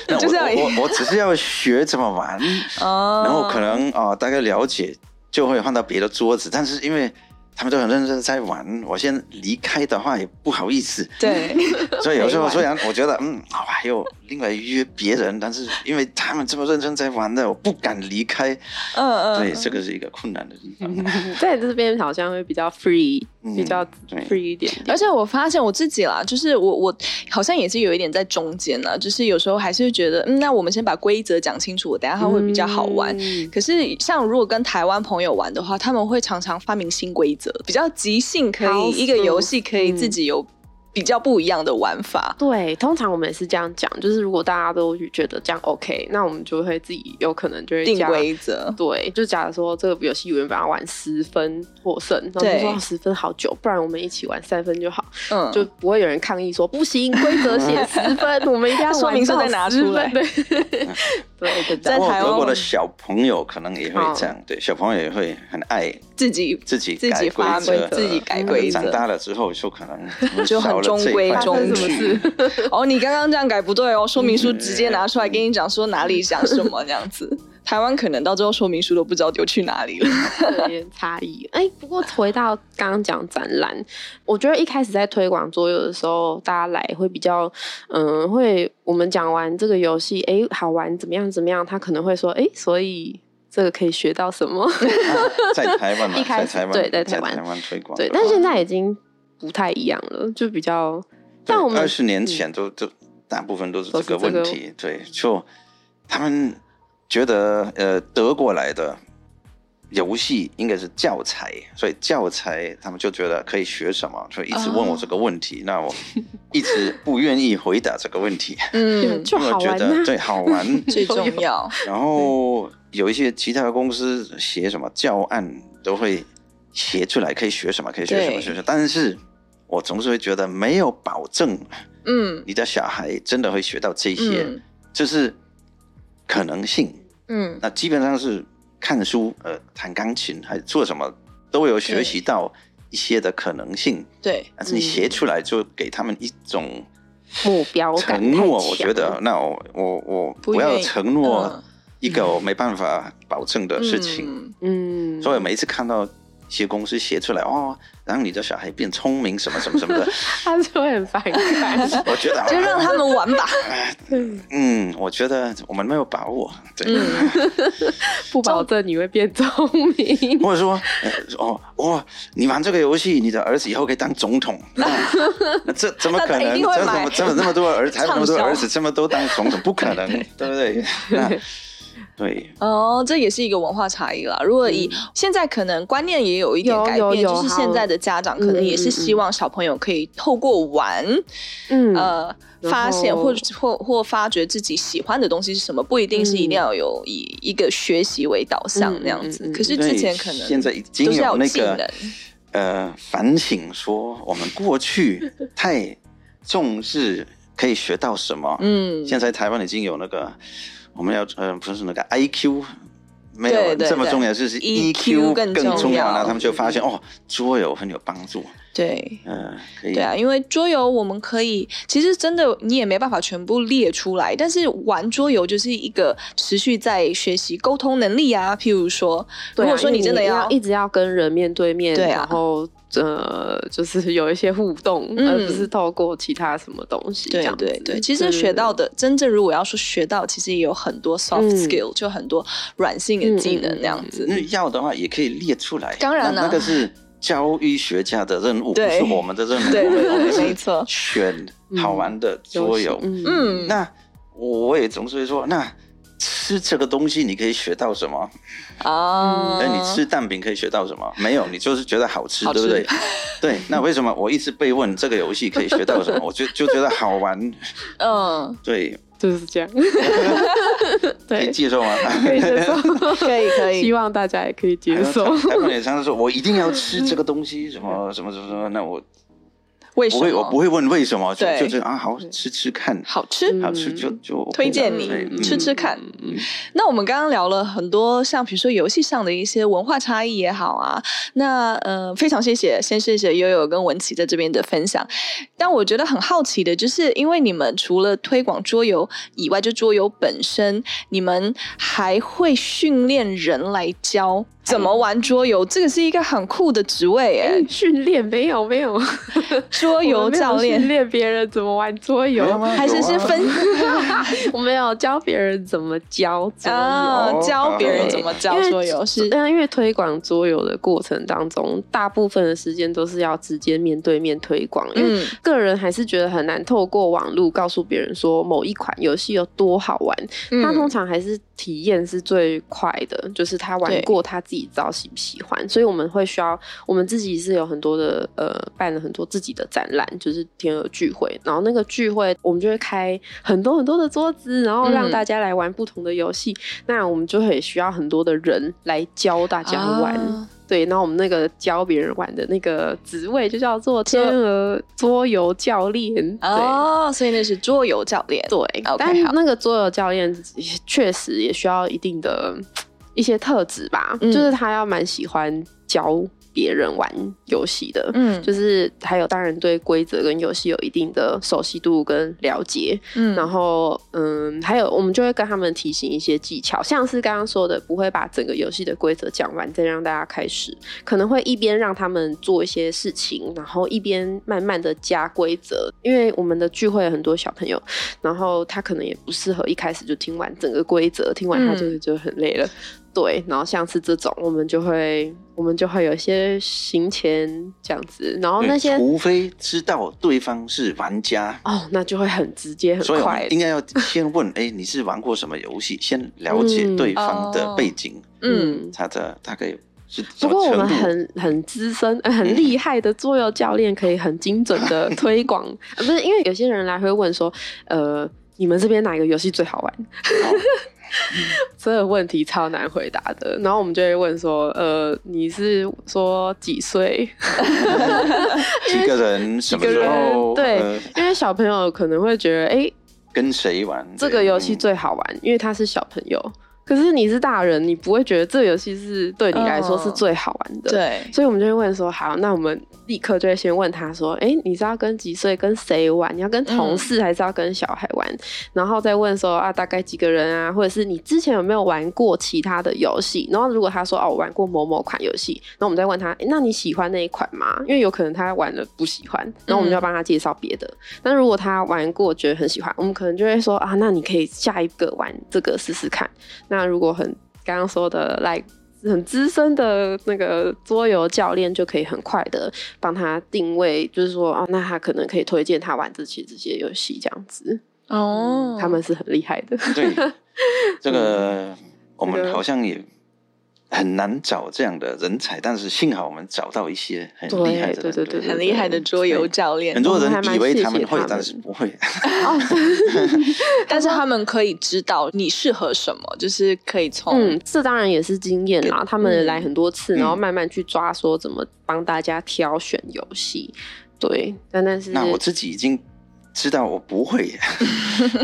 D: 那
A: 就是要赢
D: 我我我我只是要学怎么玩，
A: 哦，
D: 然后可能啊、哦大概了解，就会换到别的桌子。但是因为他们都很认真地在玩，我先离开的话也不好意 思，
A: 对，
D: 所以有时
B: 没
D: 候
B: 玩
D: 虽然我觉得嗯，好吧，又另外约别人，但是因为他们这么认真在玩的，我不敢离开。
A: 嗯嗯，
D: 对，这个是一个困难的地方。
B: 在这边好像会比较 free，
D: 嗯
B: 比较
D: 对
B: free 一点点。
A: 而且我发现我自己啦，就是我我好像也是有一点在中间呢，就是有时候还是会觉得，嗯，那我们先把规则讲清楚，我等一下它会比较好玩。
B: 嗯
A: 可是像如果跟台湾朋友玩的话，他们会常常发明新规则，比较即兴，可以
B: House
A: 一个游戏
B: rules，
A: 可以
B: 嗯
A: 自己有比较不一样的玩法。
B: 对，通常我们也是这样讲，就是如果大家都觉得这样 OK，那我们就会自己有可能就会
A: 定
B: 加。
A: 规则，
B: 对，就假如说这个游戏原本要玩十分获胜，然后就
A: 对
B: 说啊十分好久，不然我们一起玩三分就好，
A: 嗯，
B: 就不会有人抗议说不行，规则写十 分，我们一定要
A: 说明书
B: 说
A: 再拿出来
B: 对， 对，就这
A: 在
B: 样
D: 不过
A: 台湾
D: 德
A: 我
D: 国
A: 们
D: 的小朋友可能也会这样，对，小朋友也会很爱
A: 自 己
D: 自己
A: 自己
D: 改规
A: 发
D: 则
A: 明，，自己改
D: 嗯
A: 规则
D: 长。大了之后就可 能
A: 就很中规
B: 发
D: 少了
A: 中
B: 生
D: 这一
B: 什
D: 块
A: 矩
B: 么
D: 东西。
B: 事？
A: 哦，你刚刚这样改不对哦，说明书直接拿出来
B: 嗯
A: 跟你讲说哪里讲什么这样子。 台湾可能到最后说明书都不知道丢去哪里了。
B: 有点差异。哎、不过回到刚刚讲展览，我觉得一开始在推广桌游的时候，大家来会比较，嗯，会我们讲完这个游戏，哎、好玩，怎么样怎么样，他可能会说，哎、所以这个可以学到什么？
D: 啊在台湾嘛，
B: 一开
D: 在
B: 始
D: 台湾
B: 对在台
D: 台
B: 湾
D: 湾推广的
B: 对，
D: 话。
B: 但现在已经不太一样了，就比较。但我们嗯
D: 二十年前都都大部分都是
B: 都
D: 这
B: 是
D: 个问
B: 这个
D: 题，对，就他们觉得呃德国来的游戏应该是教材，所以教材他们就觉得可以学什么，所以一直
B: 哦
D: 问我这个问题。那我一直不愿意回答这个问题，
A: 嗯，
B: 就
D: 因为
B: 好
D: 我觉
B: 玩啊
D: 得
B: 呐、
D: 对好 玩。
A: 最重要。
D: 然后有一些其他的公司写什么教案都会写出来，可以学什么，可以学什么，
A: 对
D: 学什么。但是我总是会觉得没有保证
A: 嗯
D: 你的小孩真的会学到这些，
A: 嗯
D: 这是可能性。
A: 嗯，
D: 那基本上是看书、呃，弹钢琴还是做什么，都有学习到一些的可能性。
A: 对，
D: 但是你写出来就给他们一种
B: 目标感
D: 承诺，
B: 太强
D: 我觉得那我我我
A: 不
D: 我要
A: 愿意
D: 承诺
A: 嗯
D: 一个我没办法保证的事情。
A: 嗯
B: 嗯，
D: 所以每一次看到一些公司写出来哦，让你的小孩变聪明什么什么 什么的，
B: 他就会很反 感。
D: 我觉得
A: 就让他们玩吧，
D: 嗯，我觉得我们没有把握，对。
B: 嗯
A: 嗯
B: 不保证你会变聪明。
D: 或者说，呃哦哦，你玩这个游戏，你的儿子以后可以当 总统，那那这怎么可
A: 那他
D: 能？
A: 一定
D: 这
A: 会
D: 怎
A: 买
D: 么这么那么多 儿子，还有那么多
A: 畅销
D: 儿子，这么多当总统，不 可能，对不对？那对，
A: 哦，这也是一个文化差异啦。如果以、现在可能观念也有一点
B: 有
A: 改
B: 嗯有
A: 变，
B: 有
A: 就是
B: 好
A: 现在的家长可能也
B: 嗯嗯
A: 是
B: 嗯
A: 希望小朋友可以透过玩，
B: 嗯
A: 呃，
B: 然
A: 发现
B: 后
A: 或或或发掘自己喜欢的东西是什么，不一定是一定要有以一个学习为导向
B: 嗯
A: 那样子。
B: 嗯嗯
A: 可是
D: 所
A: 之
D: 以
A: 前可能
D: 现在已经
A: 都是要
D: 有那
A: 技能
D: 个呃反省，说我们过 去太重视可以学到什么，
A: 嗯，
D: 现在台湾已经有那个我们要呃不是那个 IQ。没有
A: 对对
D: 这么
A: 对
D: 重要，就是 E
A: EQ 更
D: 更
A: 重
D: 重要。
A: 要
D: 那他们就发现哦，桌游很有帮助。
A: 对。
D: 嗯，可以。
A: 对啊，因为桌游我们可以，其实真的你也没办法全部列出来，但是玩桌游就是一个持续在学习沟通能力啊。譬如说，
B: 对啊
A: 如果说
B: 因
A: 你
B: 为你
A: 真的
B: 要
A: 要，
B: 一直要跟人面对面，
A: 对啊
B: 然后呃，就是 有一些互动，
A: 嗯
B: 而不是透过其他什么东西这
A: 对
B: 样子。
A: 对对，其实学到的真正如果要说学到，其实也有很多 soft
B: 嗯
A: skill，、就很多软性的技能那样子。
D: 那要的话也可以列出来。
A: 当然
D: 那
A: 啦
D: 那个是教育学家的任务，不
A: 对
D: 是我们的任务。
A: 对对
D: 我
A: 对，
D: 们
A: 没
D: 是
A: 错。
D: 选好玩的桌游。
B: 嗯嗯
A: 嗯，
D: 那我也总是会说，那吃这个东西你可以学到什么？
B: 嗯
A: 啊，
D: 那你吃蛋饼可以学到什么？没有，你就是觉得好吃，
A: 好吃
D: 对不对？ 对。那为什么我一直被问这个游戏可以学到什么？我就就觉得好玩。
A: 嗯，
D: 对，
B: 就是这样。
D: 可以
B: 对，
D: 接 受吗？
B: 可以接受，
A: 可以可以哎
B: 希望大家也可以接受。
D: 台湾人常常说，我一定要吃这个东西，什么什么什么什么，那我
A: 嗯为什
D: 不
A: 么？
D: 会，我不
A: 会
D: 会问为什么，就
A: 对
D: 就是啊，好吃吃看，
A: 好吃。
B: 嗯
D: 好吃就就 OK 了
A: 推荐你
D: 对嗯
A: 吃吃看
B: 嗯，
A: 那我们刚刚聊了很多，像比如说游戏上的一些文化差异也好啊。那呃，非常谢谢，先谢谢悠悠跟文琪在这边的分享。但我觉得很好奇的就是，因为你们除了推广桌游以外，就桌游本身，你们还会训练人来教怎么玩桌游，这个是一个很酷的职位哎、
B: 哎训练没有没有，
A: 桌游教
B: 我们没有
A: 练。
B: 训练别人怎么玩桌游
D: 没，有啊吗
A: 还是是分
B: 我没有教别人怎么教桌 游。
A: 啊，教别人怎么教
B: 因为嗯
A: 桌游是
B: 但因为推广桌游的过程当中，大部分的时间都是要直接面对面推广，因为
A: 嗯
B: 个人还是觉得很难透过网络告诉别人说某一款游戏有多好玩。
A: 嗯
B: 他通常还是体验是最快的，就是他玩过他自己知道喜不喜欢，所以我们会需要我们自己是有很多的呃办了很多自己的展览，就是天鹅聚会，然后那个聚会我们就会开很多很多的桌子，然后让
A: 嗯
B: 大家来玩不同的游戏，那我们就会需要很多的人来教大家玩。
A: 啊
B: 对，那我们那个教别人玩的那个职位就叫做天鹅桌游教练。对，
A: 哦，所以那是桌游教练。
B: 对
A: OK，
B: 但
A: 好
B: 那个桌游教练确实也需要一定的嗯一些特质吧，
A: 嗯
B: 就是他要蛮喜欢教别人玩游戏的。
A: 嗯
B: 就是还有，当然对规则跟游戏有一定的熟悉度跟了解，
A: 嗯
B: 然后嗯，还有我们就会跟他们提醒一些技巧，像是刚刚说的，不会把整个游戏的规则讲完再让大家开始，可能会一边让他们做一些事情，然后一边慢慢的加规则，因为我们的聚会很多小朋友，然后他可能也不适合一开始就听完整个规则，听完他就
A: 嗯
B: 就很累了。对，然后像是这种，我们就会我们就会有一些行前这样子，然后
D: 对
B: 那些
D: 除非知道对方是玩家，
B: 哦，那就会很直接
D: 所
B: 很
D: 以我
B: 快
D: 们，应该要先 问，哎，你是玩过什么游戏？先了解
B: 嗯哦
D: 对方
A: 哦
D: 的背景，
A: 嗯，
D: 他的大概是
B: 不
D: 什
B: 过
D: 么
B: 我们
D: 程度？
B: 很很资深、 呃很厉害的桌游教练，可以很精准的推 广。呃不是因为有些人来会问说，呃，你们这边哪个游戏最好玩？
D: 哦
B: 这个问题超难回答的。然后我们就会问说，呃，你是说几岁？
D: 几个人什么时候？
B: 对
D: 呃，
B: 因为小朋友可能会觉得，哎、
D: 跟谁玩
B: 这个游戏
D: 嗯
B: 最好玩，因为他是小朋友。可是你是大人，你不会觉得这个游戏是对你来说
A: 嗯
B: 是最好玩的。
A: 对，
B: 所以我们就会问说，好，那我们立刻就会先问他说，哎、你是要跟几岁、跟谁玩？你要跟同事还是要跟小孩玩？然后再问说啊，大概几个人啊，或者是你之前有没有玩过其他的游戏？然后如果他说哦，我玩过某某款游戏，那我们再问他，诶那你喜欢那一款吗？因为有可能他玩了不喜欢，然后我们就要帮他介绍别的。那如果他玩过觉得很喜欢，我们可能就会说啊，那你可以下一个玩这个试试看。那如果很刚刚说的来。很资深的那个桌游教练就可以很快的帮他定位，就是说啊，那他可能可以推荐他玩这些这些游戏这样子。
A: 哦，
B: 他们是很厉害的。
D: 嗯对， 这个我
B: 嗯这个
D: 们好像也很难找这样的人才，但是幸好我们找到一些很厉害的
B: 对对
D: 人，
B: 对对
A: 很厉害的桌游教练
D: 很，多
B: 我们还
D: 人
B: 蛮
D: 以为
B: 谢
D: 他们
B: 谢
D: 会
B: 他，
D: 但
B: 们
D: 是不会。
B: 哦，
A: 但是他们可以知道你适合什么，就是可以从
B: 嗯，这当然也是经验啦。他们来很多次，
D: 嗯
B: 然后慢慢去抓，说怎么帮大家挑选游戏。对，但但是
D: 那我自己已经知道我不 会，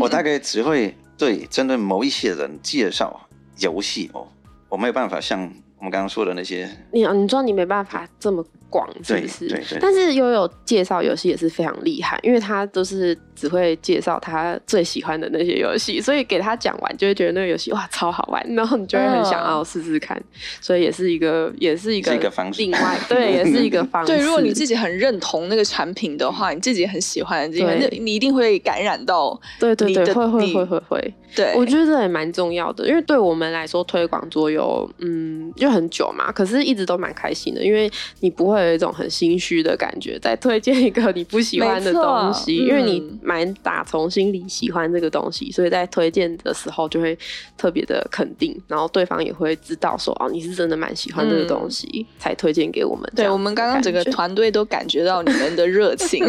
D: 我大概只会对针对某一些人介绍游戏哦，我没有办法像我们刚刚说的那些
B: 你哦你说你没办法这么广，是
D: 对
B: 不是？
D: 对对
B: 但是悠悠介绍游戏也是非常厉害，因为他都是只会介绍他最喜欢的那些游戏，所以给他讲完就会觉得那个游戏哇超好玩，然后你就会很
A: 嗯
B: 想要试试看，所以也是一个也是一个
D: 是一个方式
B: 另外对也是一个方式。
A: 对，如果你自己很认同那个产品的话，你自己很喜欢，因为
B: 对
A: 那你一定会感染到
B: 对对
A: 你
B: 对
A: 的
B: 会会
A: 你
B: 会会会，
A: 对，
B: 我觉得这也蛮重要的，因为对我们来说推广桌游，嗯，就很久嘛，可是一直都蛮开心的，因为你不会有一种很心虚的感觉，在推荐一个你不喜欢
A: 没
B: 的
A: 错
B: 东西，因为
A: 嗯
B: 你蛮打从心里喜欢这个东西，所以在推荐的时候就会特别的肯定，然后对方也会知道说哦，你是真的蛮喜欢这个东西，才推荐给我们。
A: 嗯
B: 这
A: 对
B: 样
A: 我
B: 子
A: 们
B: 的
A: 刚刚
B: 感
A: 整个
B: 觉
A: 团队都感觉到你们的热 情。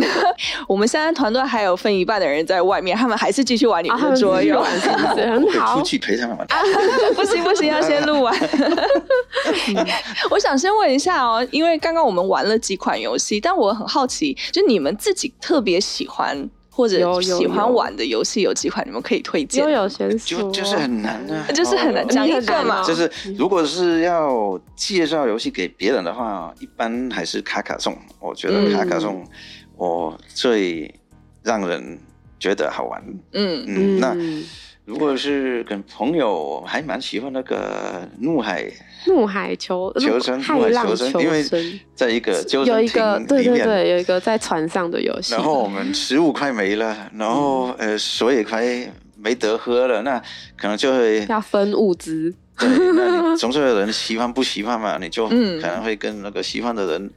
A: 我们现在团队还有分一半的人在外面，他们还是继续玩你
B: 啊，
A: 们
B: 他
A: 的
B: 们
A: 桌
B: 自己
A: 游。
B: 玩是不是很
D: 可以
B: 好啊
D: 出？去陪他们玩。
A: 不行不行，要先录完。
B: 嗯
A: 我想先问一下哦，因为刚刚我们玩了几款游戏，但我很好奇，就你们自己特别喜欢或者
B: 有有
A: 喜欢
B: 有
A: 玩的游戏有几款，你们可以推荐
B: 悠？悠先
D: 就
B: 说，
D: 就是很难啊，
A: 就是很难
D: 哦
A: 讲一
B: 很
A: 个
B: 难
A: 嘛
B: 哦，
D: 就是如果是要介绍游戏给别人的话，一般还是卡卡颂。我觉得卡卡
B: 嗯
D: 颂我最让人觉得好玩。
A: 嗯
D: 嗯，那如果是跟朋友，我还蛮喜欢那个怒海
B: 怒海求
D: 求生，
B: 骇
D: 怒海
B: 浪
D: 求
B: 生，
D: 生，因为在一个救
B: 有
D: 生
B: 一个
D: 艇
B: 对
D: 里
B: 对
D: 面。
B: 对，有一个在船上的游戏，
D: 然后我们食物快没了，然后呃水也快没得喝了，那可能 就会
B: 要分物资，
D: 对，那你总是有人喜欢不喜 欢嘛，你就可
A: 嗯
D: 能会跟那个喜欢的人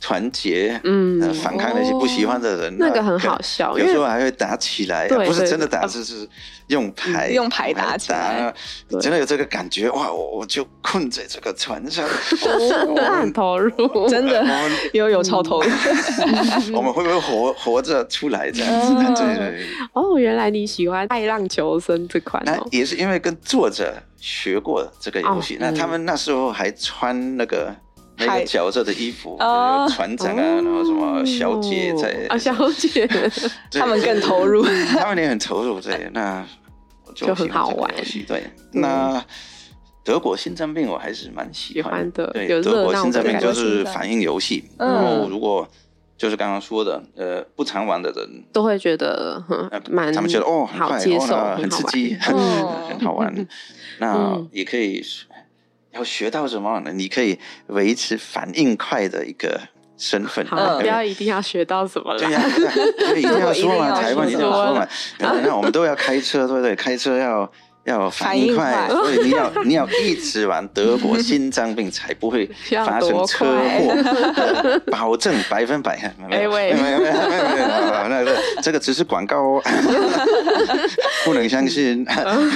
D: 团结，
B: 嗯哦
D: 呃反抗那些不喜欢的人。
B: 那个很
D: 可能
B: 好笑，因
D: 有时候
B: 为
D: 还会打起来，
B: 对
D: 呃不是
B: 对
D: 真的打，
B: 呃
D: 就是用牌
A: 用牌打起来
B: 对
D: 真的有这个感觉哇！我我就困在这个船 上，
B: 他
D: 哦
B: 很投 入，
A: 真的
D: 我们
A: 悠 悠超头。
D: 我们会不会活活着出来这样子？
A: 嗯
D: 对对对，
B: 哦，原来你喜欢《爱浪求生》这款
D: 那
B: 哦，
D: 也是因为跟作者学过这个游戏，
B: 哦
D: 那他
B: 嗯
D: 们那时候还穿那个。那
A: 海
D: 个角色的衣服，
A: 哦
D: 有船长啊，然后什么小姐在，
B: 啊，小姐
D: 对
A: 他们更投入
D: 他们也很投入。对， 那我就
B: 就很
D: 喜欢
B: 好
D: 这个
B: 玩嗯
D: 游戏。对，那德国心脏病我还是蛮喜
B: 喜
D: 欢
B: 欢的
D: 对，
B: 有热
D: 德国
B: 闹
D: 心脏
B: 的感
D: 病就
A: 觉
D: 是反应游戏，
A: 嗯
D: 然后如果就是刚刚说的，呃，不常玩的人，
B: 都会觉得
D: 呃
B: 哼蛮
D: 他们觉得哦，很
B: 好
D: 快，
B: 接
D: 哦
B: 受，
D: 那
B: 很
D: 很
B: 好玩，
D: 刺
B: 哦
D: 激，
A: 嗯
D: 很好玩。那
B: 嗯
D: 也可以要学到什么呢？你可以维持反应快的一个身份。
B: 好，啊
A: 嗯
B: 不要一定要学到什么
D: 对
B: 啦，
D: 呀、对呀，对一定要说
A: 一定
D: 嘛，
A: 要
D: 台湾一定要
B: 说
D: 说嘛，对不对那我们都要开车，对不对？开车要要反应快，
A: 反应快
D: 所以你要你要一直玩德国心脏病才不会发生车祸， 保证百分百。没
B: 哎
D: 有
B: 喂
D: 没有没有没有没有没有那个这个只是广告哦，不能相信。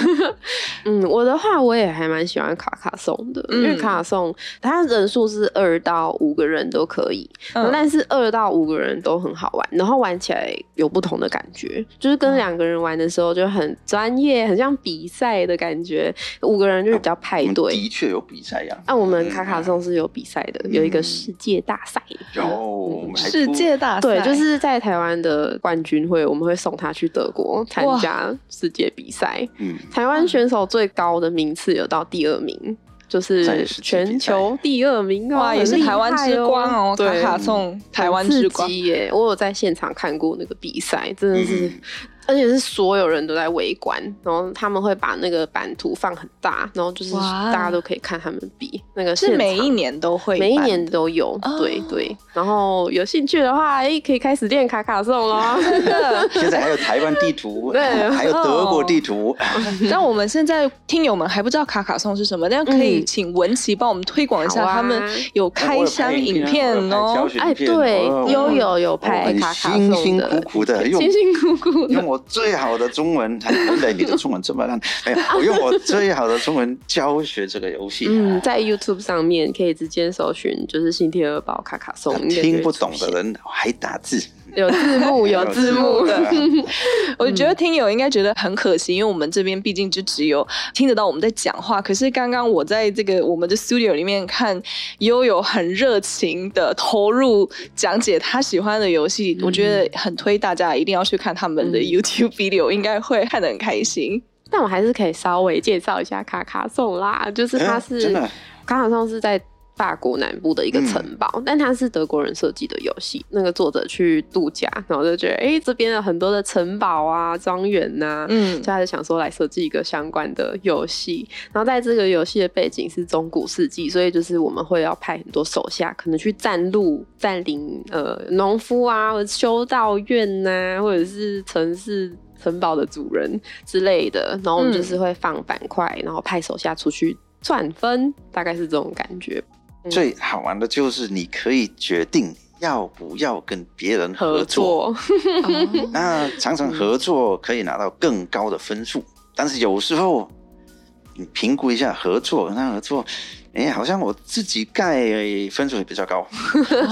B: 嗯，我的话我也还蛮喜欢卡卡颂的，因为
A: 嗯
B: 卡卡颂它人数是二到五个人都可以，
A: 嗯
B: 但是二到五个人都很好玩，然后玩起来有不同的感觉，就是
A: 嗯
B: 跟两个人玩的时候就很专业，很像比赛的感觉，五个人就是比较派
D: 我们
B: 对。
D: 的确有比赛呀，
B: 那、我们卡卡颂是有比赛的，有一个
D: 嗯
B: 世界大赛。
D: 有我们还
A: 世界大赛，
B: 对，就是在台湾的冠军会，我们会送他去德国参加世界比赛。
D: 嗯，
B: 台湾选手最高的名次有到第二名，就是全球第二名哦，
A: 哇，也是
B: 很厉害
A: 台湾之光哦，卡
B: 对，
A: 卡颂台湾之
B: 很
A: 光
B: 刺，激耶！我有在现场看过那个比赛，真的是。
D: 嗯
B: 而且是所有人都在围观，然后他们会把那个版图放很大，然后就是
A: 哇
B: 大家都可以看他们比那个现
A: 是
B: 场。
A: 每一年都会办，
B: 每一年都有，
A: 哦
B: 对对。然后有兴趣的话，哎，可以开始练卡卡颂咯。
A: 真的。
D: 现在还有台湾地图，
B: 对
D: 还有德国地图，
A: 但我们现在听友们还不知道卡卡颂是什么，但可以请文琪帮我们推广一下，
B: 嗯好啊
A: 他们有开箱影
D: 啊
A: 片哦。
B: 哎，对，悠友有拍
D: 很
B: 卡卡颂
D: 辛
B: 的，
D: 辛苦 苦的用
B: 辛辛苦苦的
D: 用。我最好的中文， 还难得你的中文这么烂，没有， 我用我最好的中文教学这个游戏。哎
B: 嗯，在 YouTube 上面可以直接搜寻，就是《新天鹅堡卡卡颂》，应该就会
D: 听不懂
B: 出
D: 的
B: 现
D: 人还打字，哎
B: 有字幕， 有字幕
D: 的
B: 的。
A: 我
B: 嗯
A: 觉得听友应该觉得很可惜，因为我们这边毕竟就只有哦听得到我们在讲话。可是刚刚我在这个我们的 studio 里面看悠悠很热情的投入讲解他喜欢的游戏，我觉得很推大家一定要去看他们的
B: 嗯
A: YouTube video，应该会看得很开心。
B: 但我还是可以稍微介绍一下卡卡颂啦，就是它
D: 嗯
B: 是、
D: 真的嗯
B: 卡卡颂是在法国南部的一个城堡，但它是德国人设计的游戏。那个作者去度假，然后就觉得，哎、这边有很多的城堡啊、庄园呐、
A: 嗯
B: 所以他就想说来设计一个相关的游戏。然后在这个游戏的背景是中古世纪，所以就是我们会要派很多手下，可能去占路、占领呃农夫啊、修道院呐、或者是城市。城堡的主人之类的，然后我们就是会放板块，然后派手下出去赚分，大概是这种感觉。
D: 最好玩的就是你可以决定要不要跟别人
B: 合
D: 合作。
B: 作，
A: 哦
D: 那常常合作可以拿到更高的分数，但是有时候你评估一下合作，跟他合作，哎，好像我自己盖分数也比较 高，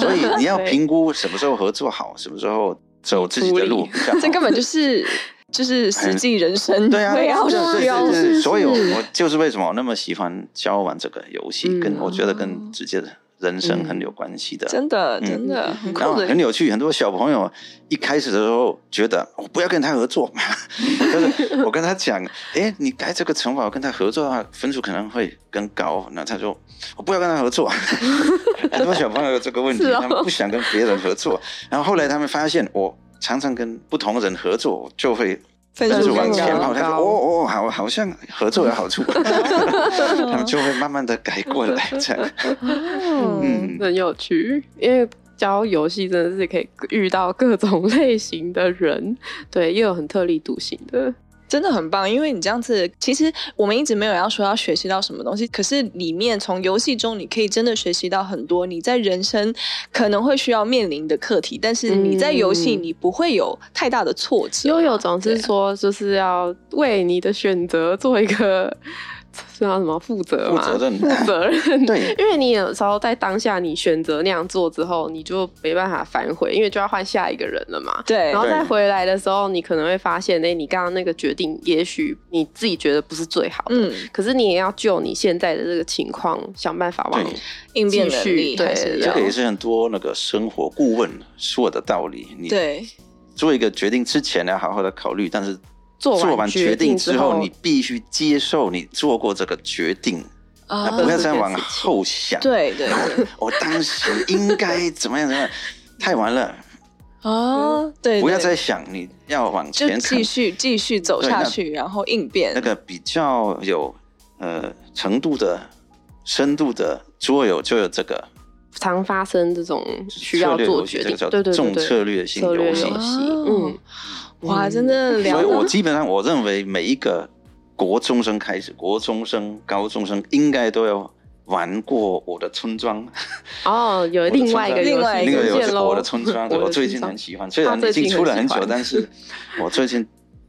D: 所以你要评估什么时候合作好，什么时候走自己的路比较好。
A: 这根本 就是就是实际人生
D: 对啊，
A: 会要
D: 对对
A: 需要
D: 对
B: 是
D: 对
B: 是
D: 所以
B: 是
D: 我我就是为什么我那么喜欢教玩这个游戏，
B: 嗯
D: 跟我觉得跟直接的人生很有关系的。
A: 哦嗯真的，
D: 嗯
A: 真的很
D: 然
A: 酷
D: 后
A: 的
D: 很有趣，很多小朋友一开始的时候觉得我不要跟他合作， 就是我跟他讲，哎，你盖这个城堡跟他合作的话，分数可能会更高。那他说我不要跟他合作， 很多小朋友有这个问题，
B: 是哦
D: 他们不想跟别人合作。然后后来他们发现，我常常跟不同人合作，我就会
A: 分
D: 就
B: 分
A: 数
D: 是
B: 数
A: 更
D: 往
B: 更
D: 前
A: 高
B: 高。
D: 跑。他 说哦哦，好，好像合作有好处，他
A: 嗯
D: 们就会慢慢的改过来，这样。嗯
B: 嗯，很有趣，因为。教游戏真的是可以遇到各种类型的人，对，也有很特立独行的，
A: 真的很棒，因为你这样子，其实我们一直没有要说要学习到什么东西，可是里面从游戏中你可以真的学习到很多你在人生可能会需要面临的课题，但是你在游戏
B: 嗯
A: 你不会有太大的挫折。
B: 悠悠总是
A: 对啊
B: 说，就是要为你的选择做一个叫什么负责
D: 负
B: 嘛，
D: 责任。
B: 负责任。
D: 对
B: 因为你有时候在当下你选择那样做之后，你就没办法反悔，因为就要换下一个人了嘛。
A: 对
B: 然后
D: 哎对
B: 再回来的时候，你可能会发现，哎、你刚刚那个决定，也许你自己觉得不是最好的，
A: 嗯，
B: 可是你也要就你现在的这个情况，想办法往
D: 对
A: 应变能
B: 继
A: 力
B: 续
A: 还是
B: 对
A: 要
D: 这个也是很多那个生活顾问说的道理。你
A: 对，
D: 做一个决定之前要好好的考虑，但是
B: 做完
D: 完决
B: 决定
D: 之
B: 之后
D: 你必须接受你做过这个决定，
A: 啊
D: 那不 要
B: 这
D: 再
B: 件
D: 往
B: 事情
D: 后想。，
A: 对对 对
D: 我当时应该怎么样怎么样，太晚了，
A: 啊，对，
D: 不要
A: 对
D: 再想，你要往
A: 就
D: 前看
A: 继。续继续走
D: 对
A: 下
D: 那
A: 去，然后应变
D: 那。个比较有呃程度的、深度的桌游就有这个
B: 常发生这种需
D: 策
B: 要
D: 略
B: 做
D: 游戏
B: 决
D: 这
B: 定，
D: 个叫
B: 对对对
D: 重
B: 对
D: 策略性
B: 策略
D: 游
B: 游
D: 戏
B: 戏，
A: 哦
B: 嗯，
A: 哇，
B: 嗯
A: 真的
D: 所
A: 聊
D: 以我
A: 到
D: 基本上我认为每一个国中生开始，国中生、高中生应该都有玩过我的村庄。
B: 哦，有
D: 我的
B: 另外一个
D: 村
A: 另外
D: 庄
A: 一
D: 另
A: 个
D: 外
B: 游
D: 有
B: 戏
D: 这个
B: 喽，
D: 我的村庄，
B: 我的
D: 我最
B: 村
D: 近
B: 庄
D: 很喜欢，虽
B: 他
D: 然
B: 最
D: 已经
B: 近
D: 出了
B: 很
D: 很
B: 喜
D: 久，
B: 欢
D: 但是我最近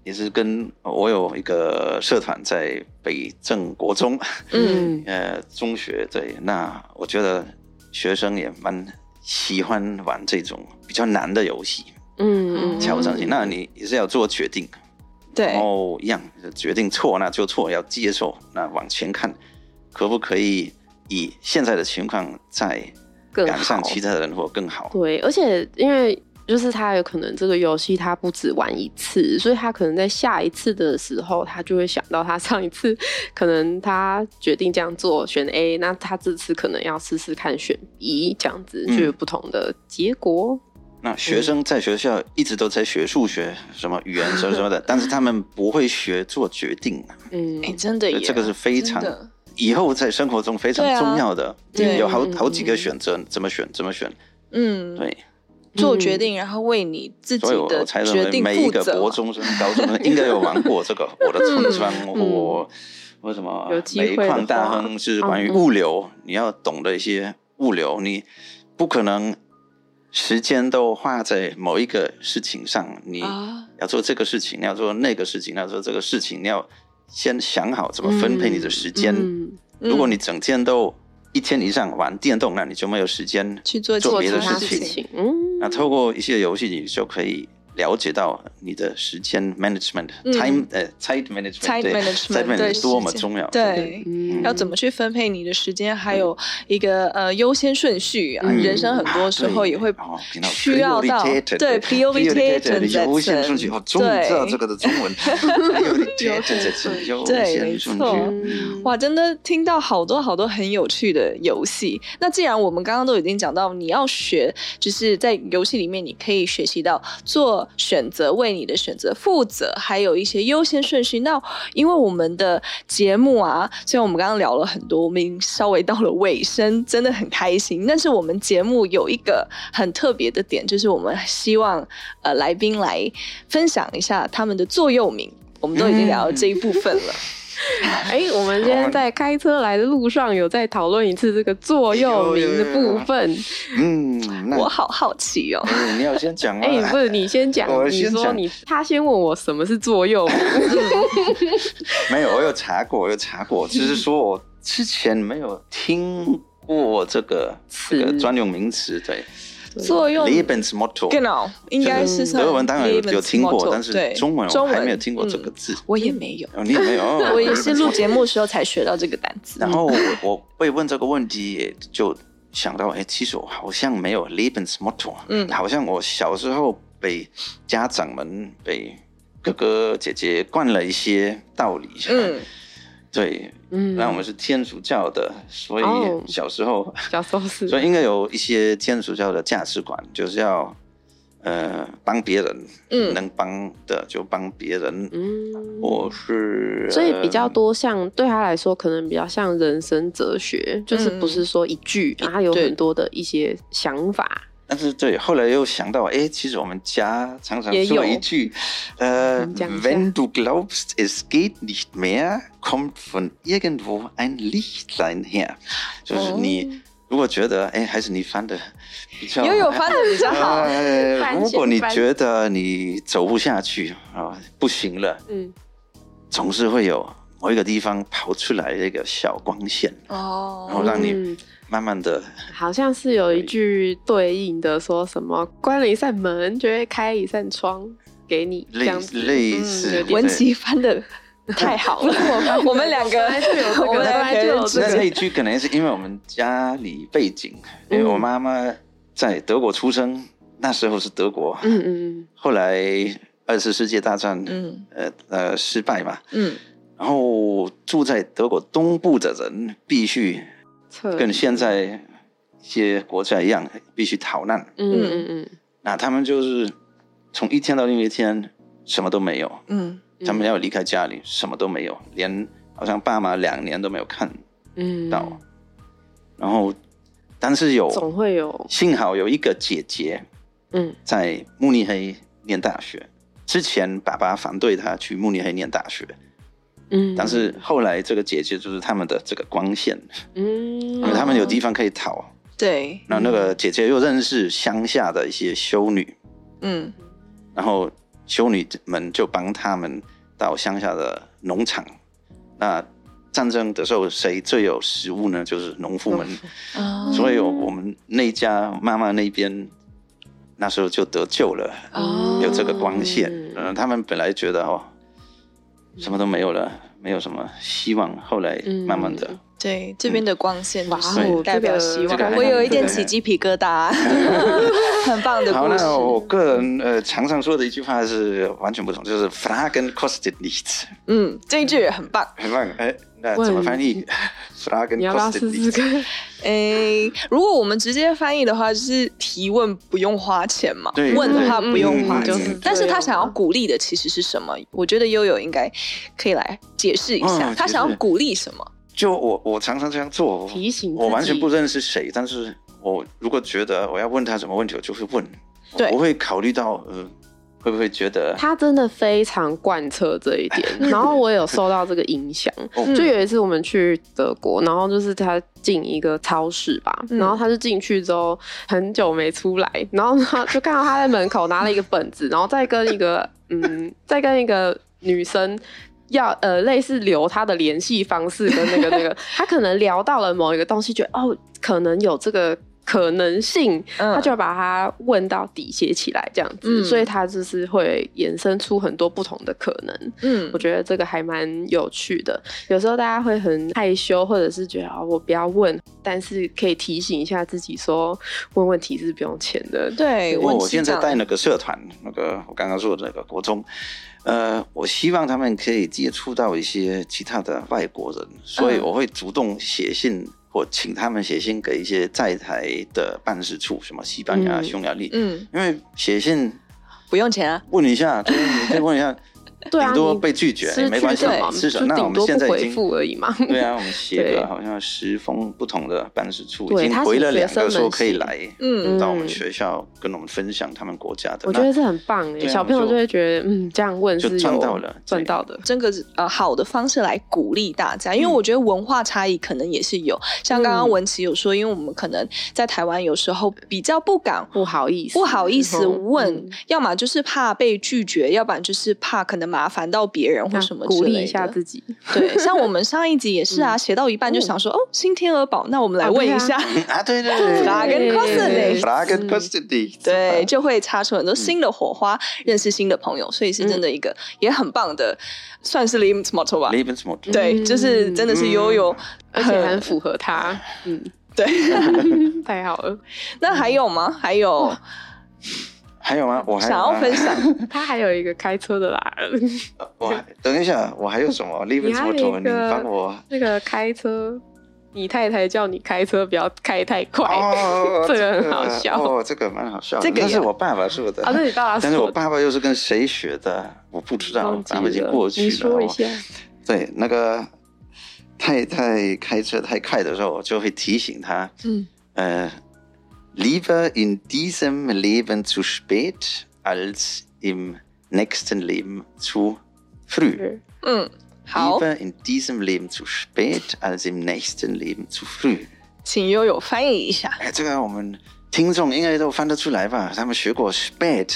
D: 也是跟我有一个社团在北正国中，
A: 嗯，
B: 嗯，
D: 呃，中学对，那我觉得学生也蛮喜欢玩这种比较难的游戏，
B: 嗯嗯，
D: 挑战性。那你也是要做决定，
A: 对
D: 然，后一样决定错那就错，要接受，那往前看，可不可以以现在的情况再
B: 更
D: 赶上
B: 好
D: 其他的人或更好？
B: 对，而且因为就是他有可能这个游戏他不止玩一次，所以他可能在下一次的时候，他就会想到他上一次可能他决定这样做选 A，那 他这次可能要试试看选 B，这样子
D: 嗯
B: 就有不同的结果。
D: 那学
A: 嗯
D: 生在学校一直都在学数学、什么语言什么什 么的，但是他们不会学做决定，啊
B: 嗯
A: 哎，真的耶，
D: 这个是非常
A: 真的
D: 以后在生活中非常
A: 对啊
D: 重要的，
A: 对
D: 有好
B: 嗯嗯
D: 好几个
B: 嗯
D: 选择，怎么选怎么选，
A: 嗯，
D: 对，
A: 做决定，然后为你自己
D: 所以我
A: 的
D: 我才认
A: 决
D: 为
A: 定
D: 每一
A: 负
D: 个
A: 责啊
D: 国
A: 嘛。
D: 中生、高中生应该有玩过这个《我的村庄》
B: 嗯
D: 我我什么
B: 有机会
D: 煤
B: 的话
D: 矿大亨是关于物流，你要懂得一些物流，你不可能时间都花在某一个事情上，你
A: 啊
D: 要做这个事情，你要做那个事情，你要做这个事情，你要先想好怎么分配你的时间。
B: 嗯
D: 如果你整天都一天以上玩电动，那你就没有时间
A: 去做
D: 做
A: 其
D: 别的
A: 他
D: 事
A: 情，
D: 情
B: 情，嗯，
D: 那透过一些游戏，你就可以了解到你的时间 management、
A: 嗯
D: time 呃 time management
A: Time
D: 对
A: management，
D: time
A: 对
D: management 多么
A: 时间
D: 重要。
A: 对，
B: 嗯
A: 要怎么去分配你的时间，还有一个呃优先顺序啊。
B: 嗯
A: 人生很多时候也会
D: 啊对哦
A: 需要到
D: prioritated，
A: 对 prioritated
D: prioritated，优先顺序。
A: 在
D: 哦，终于
A: 对
D: 知道这个的中文 prioritated 优
A: 对
D: 先
A: 没
D: 顺
A: 错
D: 序。
B: 嗯
A: 哇，真的听到好多好多很有趣的游戏。那既然我们刚刚都已经讲到，你要学，就是在游戏里面你可以学习到做选择，为你的选择负责，还有一些优先顺序。那因为我们的节目啊，虽然我们刚刚聊了很多，我们已经稍微到了尾声，真的很开心。但是我们节目有一个很特别的点，就是我们希望呃来宾来分享一下他们的座右铭。我们都已经聊到这一部分了，
B: 哎，我们今天在开车来的路上有再讨论一次这个座右铭的部分。
D: 嗯，那
A: 我好好奇哦。
D: 哎你要先讲吗？
B: 哎、不是你先讲，
D: 我
B: 你
D: 先
B: 说
D: 讲
B: 你他先问我什么是座右 铭，
D: 没有，我有查过，我有查 过，只是说我之前没有听过这个这个
B: 词
D: 专用名词，对
A: 作用
D: Lebensmotto。
A: genau 应该是算
D: 德文当然有有听
A: Lebensmotto，
D: 过，但是
A: 对
D: 中文我
A: 中文
D: 还没有听过这个
A: 嗯
D: 字。
A: 我也没有，
D: 哦，你也 没有？哦
A: 我也是录。
D: Lebensmotto
A: 节目的时候才学到这个单词。
D: 然后我我被问这个问题，也就想到，哎，其实我好像没有 Lebensmotto，
A: 嗯
D: 好像我小时候被家长们、被哥哥姐姐灌了一些道理。
A: 嗯，
D: 对，
B: 嗯，
D: 那我们是天主教的，所以
B: 哦
D: 小时候，
B: 小时候是
D: 所以应该有一些天主教的价值观，就是要呃帮别人，
A: 嗯
D: 能帮的就帮别人。
B: 嗯，
D: 我是，呃
B: 所以比较多像对他来说，可能比较像人生哲学，就是不
D: 嗯
B: 是说一句，他有
A: 对
B: 很多的一些想法，
D: 呃，但是对，后来又想到，哎，其实我们家常常
B: 也有
D: 说一句，呃
B: 嗯讲一下
D: ，Wenn du glaubst, es geht nicht mehr, kommt von irgendwo ein Lichtlein her，就是
A: 哦
D: 你如果觉得，哎，还是你翻的比较
A: 悠悠翻的比较好。
D: 呃，
B: 翻
D: 如
B: 先
D: 果你
B: 翻
D: 觉得你走不下去啊，不行了，
B: 嗯，
D: 总是会有某一个地方跑出来一个小光线，然后
A: 哦，
D: 让你
B: 嗯
D: 慢慢的，
B: 好像是有一句对应的，说什么关了一扇门，就会开一扇窗给你，这
D: 类
B: 样子
D: 类似
B: 嗯有点
A: 文琪翻的太好了，嗯 我们两个
B: 本来就有这个
A: 我们
B: 本
A: 两
B: 来就有
A: 人
B: 这
D: 那
B: 个
D: 那一句可能是因为我们家里背景，
B: 嗯
D: 因为我妈妈在德国出生，那时候是德国，
B: 嗯嗯
D: 后来二次世界大战，
A: 嗯
D: 呃呃失败嘛，
A: 嗯
D: 然后住在德国东部的人必须
B: 嗯，策略
D: 跟现在一些国家一样，必须逃难。
B: 嗯嗯嗯，
D: 那他们就是从一天到另一天什么都没有，
A: 嗯，
D: 他们要离开家里，什么都没有，连好像爸妈两年都没有看
B: 嗯
D: 到。哦然后，但是有
B: 总会有
D: 幸好有一个姐姐
B: 嗯
D: 在慕尼黑念大学，之前爸爸反对她去慕尼黑念大学，
B: 嗯，
D: 但是后来这个结界就是他们的这个光线，
B: 嗯
D: 因为他们有地方可以逃。
A: 对，
D: 那那个姐姐又认识乡下的一些修女，
A: 嗯，
D: 然后修女们就帮他们到乡下的农场。那战争的时候，谁最有食物呢？就是农妇们。
B: 嗯
A: 啊
D: 所以我们那家妈妈那边那时候就得救了，
A: 哦
D: 有这个光线。
B: 嗯
D: 嗯、他们本来觉得哦，什么都没有了，没有什么希望。后来
B: 嗯
D: 慢慢的，
A: 对，这边的光线
B: 哇
A: 就是
B: 哦
A: 代表
B: 这个
A: 希
D: 这个
A: 望，
D: 还
A: 我有一点
D: 蛮
A: 起鸡皮疙 瘩，很棒的
D: 好，
A: 故
D: 那我
A: 事。
D: 个人呃常常说的一句话是完全不同，就是 “Fragen kostet nichts”，
A: 嗯，这一句也很棒。
D: 很棒。哎，那怎么翻译？“Fragen
B: 你要不要
D: kostet
B: 试试
D: nichts”。
B: 看？
A: 诶，如果我们直接翻译的话，就是提问不用花钱嘛，
D: 对
A: 问的话
B: 对
A: 不用花钱。
D: 嗯就是这样
A: 但是他想要鼓励的其实是什么？我觉得悠悠应该可以来解释一下，
D: 嗯
A: 他想要鼓励什么？
D: 就我我常常这样做，我
B: 提醒自己
D: 我完全不认识谁，但是我如果觉得我要问他什么问题，我就会问，
A: 对
D: 我会考虑到呃会不会觉得
B: 他真的非常贯彻这一 点，然后我有受到这个影响。
D: 哦
A: 嗯
B: 就有一次我们去德国，然后就是他进一个超市吧，
A: 嗯
B: 然后他就进去之后很久没出来，然后他就看到他在门口拿了一个本子，然后再跟一个嗯，再跟一个女生。要呃，类似留他的联系方式跟那个 那个，他可能聊到了某一个东西，觉得哦，可能有这个可能性，
A: 嗯
B: 他就把它问到底写起来这样子，
A: 嗯
B: 所以他就是会衍生出很多不同的可能。
A: 嗯
B: 我觉得这个还蛮有趣的。有时候大家会很害羞，或者是觉得啊、我不要问，但是可以提醒一下自己说，问问题是不用钱的。
A: 对，
D: 我
A: 问
D: 我
A: 是
D: 现
A: 这
D: 在
A: 样
D: 带那个社团，那个我刚刚说的那个国中，呃，我希望他们可以接触到一些其他的外国人，所以
A: 嗯
D: 我会主动写信或请他们写信给一些在台的办事处，什么西班牙、
B: 嗯
D: 匈牙利，
A: 嗯，
D: 因为写信
A: 不用钱啊，
D: 问一下，就是你可以问一下，
B: 对啊，
D: 顶多
B: 你
D: 被拒绝
B: 失
D: 没
B: 去
D: 关系
B: 什么
D: 至少
B: 就
D: 那我
B: 顶
D: 们
B: 多
D: 现
B: 不
D: 在已
B: 回
D: 经
B: 复而已嘛。
D: 对啊，我们写
B: 对
D: 了好像十封不同的办事处，
B: 对
D: 已经
B: 他是
D: 回了两
B: 学生
D: 个
B: 们
D: 说可以
B: 信
D: 来
A: 嗯
D: 到我们
B: 嗯
D: 学校跟我们分享他们国家的，
B: 我觉
D: 那
B: 得这很棒哎、
D: 对啊
B: 小朋友
D: 我
B: 就
D: 就
B: 会觉得，嗯，这样问
D: 就是
B: 有
D: 赚到了
B: 赚
D: 对
B: 到的。
A: 这个呃好的方式来鼓励大家，因
D: 嗯
A: 为我觉得文化差异可能也是有，像刚刚
B: 嗯
A: 文琪有说，因为我们可能在台湾有时候比较不敢
B: 不好意思，
A: 不好意思
B: 嗯
A: 问，
B: 嗯
A: 要么就是怕被拒绝，要不然就是怕可能麻烦到别人或
B: 那
A: 什么之
B: 啊鼓励
A: 类
B: 一下
A: 的
B: 自己。
A: 对，像我们上一集也是啊，写到一半就想说，哦，新天鹅堡，那我们来
B: 啊
A: 问
B: 对啊
A: 一下，
D: 啊，对对对
A: Fragen kostet
B: nichts
D: Fragen kostet nichts
A: 对，就会擦出很多新的火花，认识新的朋友，所以是真的一个也很棒的，算是 Lebensmotto 吧。
D: Lebensmotto
A: 对，就是真的是悠悠。
B: 而且很符合他，嗯，
A: 对，
B: 太好了。
A: 那还有吗？还有
D: 还有吗？我还
A: 想
D: 有吗
A: 要分，享？
B: 他还有一个开车的啦，
D: 我还等一下，我还有什么 Lebensmotto？你
B: 你还有一个
D: 帮我
B: 那个开车，你太太叫你开车不要开太快，，
D: 哦
B: 这个很好笑
D: 哦，这个蛮好笑的，
A: 这个也
D: 那是我爸爸说的
B: 啊，那你爸爸
D: 但是我
B: 说的，
D: 爸爸又是跟谁学的？我不知道
B: 忘，记
D: 爸爸已经
B: 了
D: 过去了。
B: 你说一
D: 哦
B: 下，
D: 对，那个太太开车太快的时候，我就会提醒他，
A: 嗯，
D: 呃，lieber in diesem Leben zu spät als im nächsten Leben zu früh。
B: 对
A: 嗯，好，
D: Lieber in diesem Leben zu spät als im nächsten Leben zu früh。
A: 请悠悠翻译一下
D: 哎，这个我们听众应该都翻得出来吧？他们学过 spät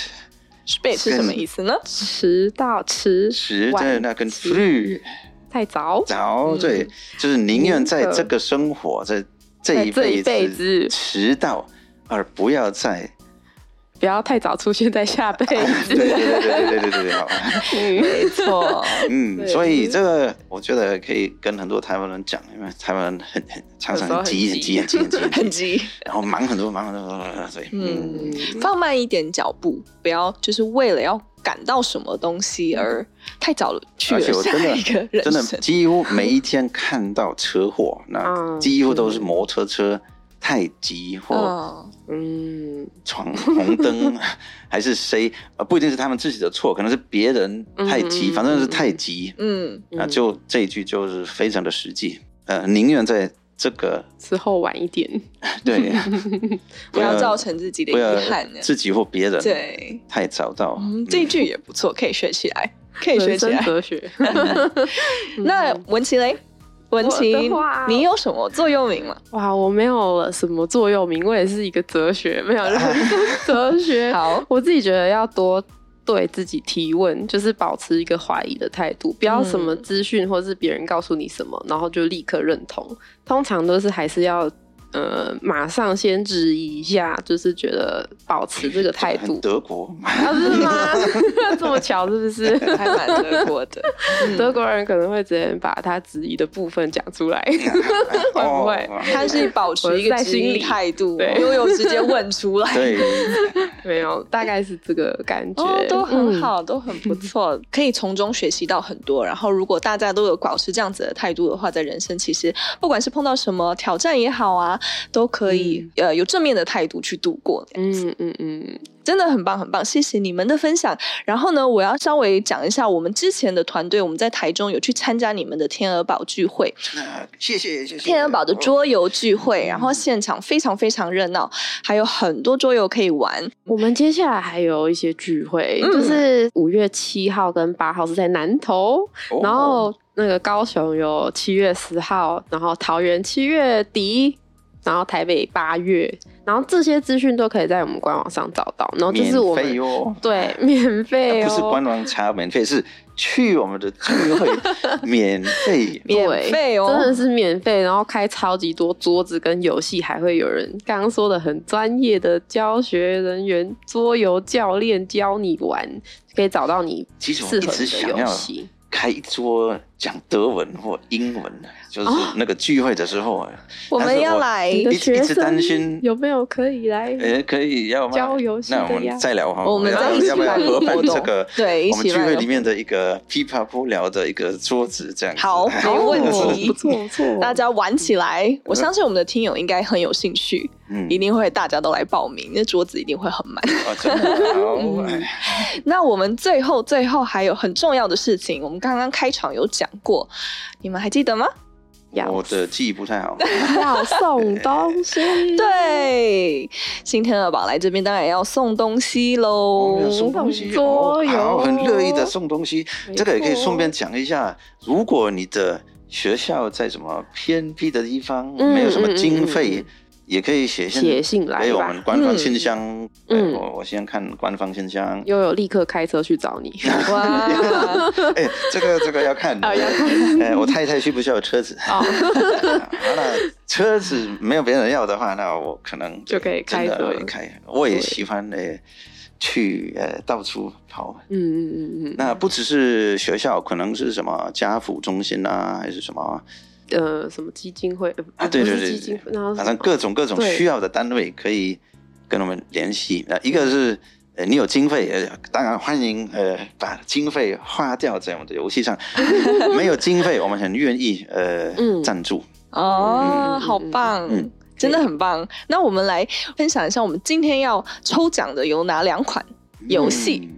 A: ，spate 是什么意思呢？
B: 迟到迟
D: 迟
B: 晚
D: 对，那跟
B: 迟
D: früh
B: 太早，
D: 早，对，就是宁愿在这个生活，在这一
B: 在这一辈
D: 辈
B: 子
D: 子迟到，而不要在。
B: 不要太早出现在 下辈
D: 对对
B: 子。
D: 对对对对对对，好，
B: 嗯
A: 没错，
D: 嗯，
B: 对
D: 所以这个我觉得可以跟很多台湾人讲，因为台湾人很很常常很急
B: 有时候很急
D: 很急很急很急，很急
A: 很急。
D: 然后忙很多忙很多，所以嗯，
A: 嗯，放慢一点脚步，不要就是为了要赶到什么东西而太早了去
D: 嗯而且
A: 了
D: 我
A: 下
D: 真的
A: 一个人
D: 真的
A: 生。嗯
D: 几乎每一天看到车祸，那
B: 嗯
D: 几乎都是摩托车太急或
A: 嗯，
B: 嗯，
D: 闯红灯， 还是谁呃不一定是他们自己的错，可能是别人太急，
B: 嗯
D: 反正是太急，
A: 嗯，
B: 嗯
D: 啊，就这一句就是非常的实际。呃，宁愿在这 个
B: 之后晚一点，
D: 对，
A: 不要造成自己的
D: 不要
A: 遗憾呢。
D: 自己或别人
A: 对，
D: 太早到。
A: 嗯，这句也不错，可以学起来，
D: 嗯
A: 可以学
B: 人
A: 起
B: 生
A: 来。
B: 哲学。
A: 那文琪嘞，文
B: 我
A: 琪
B: 的话，
A: 你有什么座右铭吗？
B: 哇，我没有什么座右铭，我也是一个哲学，没有任何 哲学。
A: 啊 好，
B: 我自己觉得要多对自己提问，就是保持一个怀疑的态度，不要什么资讯或是别人告诉你什么，然后就立刻认同。通常都是还是要呃，马上先质疑一下，就是觉得保持这个态 度。
D: 德国
B: 啊，是吗？这么巧是不是？
A: 还蛮德国 的，嗯
B: 德国人可能会直接把他质疑的部分讲出 来，会不
D: 哦
B: 会？，
A: 他是保持一个
B: 我在
A: 质
B: 心
A: 疑
B: 里
A: 态度，
B: 对
A: 悠悠直接问出来。
D: 对，
B: 没有，大概是这个感觉，
A: 哦，都很
B: 嗯
A: 好，都很不错，可以从中学习到很多。然后，如果大家都有保持这样子的态度的话，在人生其实不管是碰到什么挑战也好啊，都可以、呃有正面的态度去度过。
B: 嗯嗯嗯，
A: 真的很棒，很棒，谢谢你们的分享。然后呢，我要稍微讲一下我们之前的团队，我们在台中有去参加你们的天鹅堡聚会，
D: 那谢谢谢谢。
A: 天鹅堡
B: 哦
A: 的桌游聚会，然
B: 嗯
A: 后现场非常非常热闹，还有很多桌游可以玩。
B: 我们接下来还有一些聚会，
A: 嗯
B: 就是五月七号跟八号是在南投，
D: 哦，
B: 然后那个高雄有七月十号，然后桃园七月底，然后台北八月，然后这些资讯都可以在我们官网上找到，然后就
D: 免
B: 是我们
D: 费哦，啊
B: 对免费哦，
D: 不是官网查免费，是去我们的聚 会免费。
A: 免
B: 对
A: 费哦
B: 真的是免费，然后开超级多桌子跟游戏，还会有人刚刚说的很专业的教学人员、桌游教练教你玩，可以找到你
D: 其
B: 适
D: 实
B: 合
D: 我一
B: 你
D: 直
B: 的
D: 想
B: 游
D: 要
B: 戏。
D: 开一桌讲德文或英文，就是
B: 哦
D: 那个聚会的时候啊，
A: 我们要来
B: 你
D: 哎一
B: 的
D: 直一
B: 学
D: 直担心
B: 生有没有可以来？
D: 呃，可以要吗？
B: 交游戏的
D: 那
B: 呀
D: 我们再聊哈，
A: 我们再
D: 要
A: 一起
D: 要不要
A: 办一个
D: 合办
A: 活动
D: 这个？
A: 对一
D: 我们
A: 起
D: 聚
A: 办
D: 会
A: 个
D: 里面的一个噼啪不聊的一个桌子这样子。
A: 好，没问题，
B: 哎不错不错，
A: 大家玩起来，我相信我们的听友应该很有兴趣，
D: 嗯
A: 一定会大家都来报名，那桌子一定会很满。
D: 哦，真的
B: 嗯
D: 好，哎
A: 那我们最后最后还有很重要的事情，我们刚刚开场有讲过，你们还记得吗？
B: 要
D: 我的记忆不太好。
B: 要送东 西，
A: 对，新天鹅堡来这边当然要送东西
D: 我
A: 喽
D: 们。哦要送东西，
B: 哦桌
D: 哦
B: 游
D: 好，很乐意的送东西。
B: 没
D: 这个也可以
B: 错
D: 顺便讲一下，如果你的学校在什么偏僻的地方，
B: 嗯
D: 没有什么
B: 嗯嗯
D: 经
B: 嗯
D: 费
B: 嗯，
D: 也可以写信
B: 写信来
D: 给哎我
B: 吧
D: 们官方
A: 嗯
D: 信箱。
B: 嗯
D: 嗯，我我先看官方 信箱。
B: 悠悠立刻开车去找 你。
A: 哇，
D: 哎、这个这个要看，
B: 啊要
D: 哎、我太太需不需要车子？ 啊
B: 哦，
D: 那车子没有别人要的话，那我可能
B: 就可以开
D: 真的
B: 车
D: 开。我也喜欢呃去呃到处跑。
B: 嗯嗯嗯嗯，
D: 那不只是学校，可能是什么家扶中心啊，还是什么
B: 呃，什么基金会呃
D: 啊？
B: 不
D: 对
B: 是
D: 对对，
B: 基金
D: 对
B: 会，然后是
D: 反
B: 什
D: 正
B: 么
D: 各种各种
B: 对
D: 需要的单位可以跟我们联系。那一个是呃你有经费，呃当然欢迎呃把经费花掉在我们的游 戏上；没有经费，我们很愿意呃
B: 嗯
D: 赞助。
A: 哦，
B: 嗯
A: 好棒。
D: 嗯
A: 真的很棒。那我们来分享一下，我们今天要抽奖的有哪两款游戏？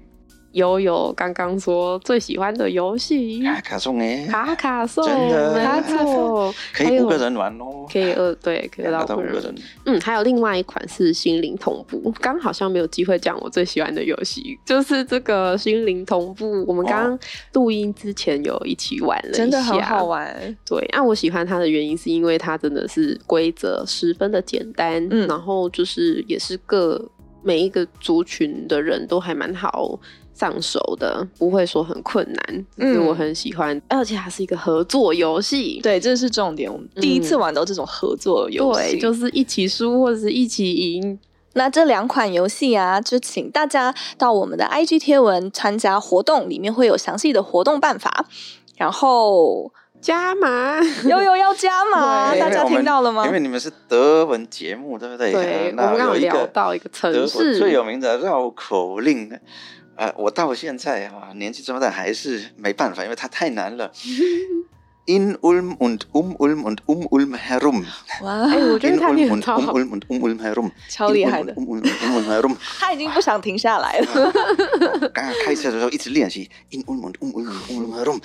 B: 悠悠刚刚说最喜欢的游戏
D: 嗯啊卡送哎，
B: 卡卡颂，
D: 真的
B: 没错，
D: 可
B: 还
D: 以
B: 有
D: 五个人玩哦，
B: 可以二对，可以
D: 两
B: 到
D: 个
B: 五
D: 到五
B: 个
D: 个
B: 人。
D: 人。
B: 嗯，还有另外一款是心灵同步，刚好像没有机会讲我最喜欢的游戏，就是这个心灵同步。
D: 哦
B: 我们刚刚录音之前有一起玩了一下，
A: 真的很
D: 哦
A: 好。玩。
B: 对，那、我喜欢它的原因是因为它真的是规则十分的简单，
A: 嗯
B: 然后就是也是各每一个族群的人都还蛮好上手的，不会说很困难，这是
A: 嗯
B: 我很喜欢，而且它是一个合作游戏。
A: 对，这是重点。我们第一次玩到这种合作游戏，
B: 对，就是一起输或者是一起赢，
A: 那这两款游戏啊，就请大家到我们的 IG 贴文参加活动，里面会有详细的活动办法。然 后
B: 加码。
A: 悠悠要加码，
B: 对
A: 大
D: 因为
A: 家
D: 我们
A: 听到了吗
D: 因？为你们是德文节目，对不对？啊
B: 对，
D: 那
B: 我们刚好
D: 有一
B: 聊
D: 个
B: 到一个
D: 德
B: 城
D: 国
B: 市，
D: 最有名的绕口令，呃，我到现在啊，年纪这么大还是没办法，因为它太难了。In Ulm und um Ulm und um Ulm herum.
A: 哇
B: 哎、，我 觉得
D: In
B: 他
D: Ulm
B: 念
D: und
B: 超
D: um
B: 好，
D: Ulm und um Ulm herum.
A: 超厉害的
D: In，Ulm und um Ulm und um Ulm herum.
A: 他已经不想停下来了。
D: 刚刚开车的时候一直练习。In Ulm und um Ulm und um Ulm herum.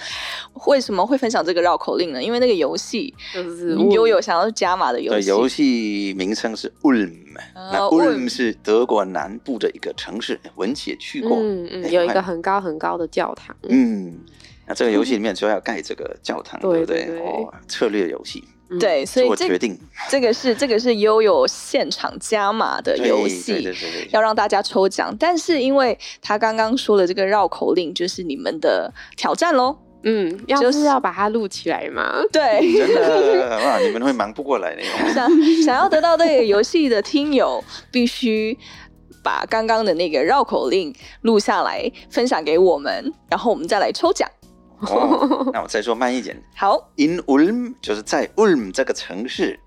A: 为什么会分享这个绕口令呢？因为那个游戏
B: 就是嗯
A: 悠悠想要加码的游
D: 对，
A: 戏，
D: 游戏名称是 Ulm，、
A: 啊
D: 那
A: Ulm
D: Ulm 是德国南部的一个城市，文姐去过。
B: 嗯嗯，
D: 哎
B: 有一个
D: 快
B: 很高很高的教堂，
D: 嗯，那这个游戏里面主要要盖这个教堂，
B: 对
D: 不
B: 对对
D: 哦，策略游戏
B: 嗯，
A: 对，所以
D: 做决
A: 这
D: 定
A: 这个是这个是悠悠现场加码的
D: 对
A: 游
D: 对
A: 戏
D: 对，对
A: 要
D: 对，
A: 让大家抽奖。但是因为他刚刚说的这个绕口令就是你们的挑战喽，
B: 嗯，要
A: 就是
B: 要把它录起来嘛，
A: 对。
D: 真的哇，你们会忙不过来那种。
A: 想想要得到这个游戏的听友，必须把刚刚的那个绕口令录下来，分享给我们，然后我们再来抽奖。
D: 哦，那我再说慢一点
A: 好，
D: ，In Ulm 就是在 Ulm 这个城市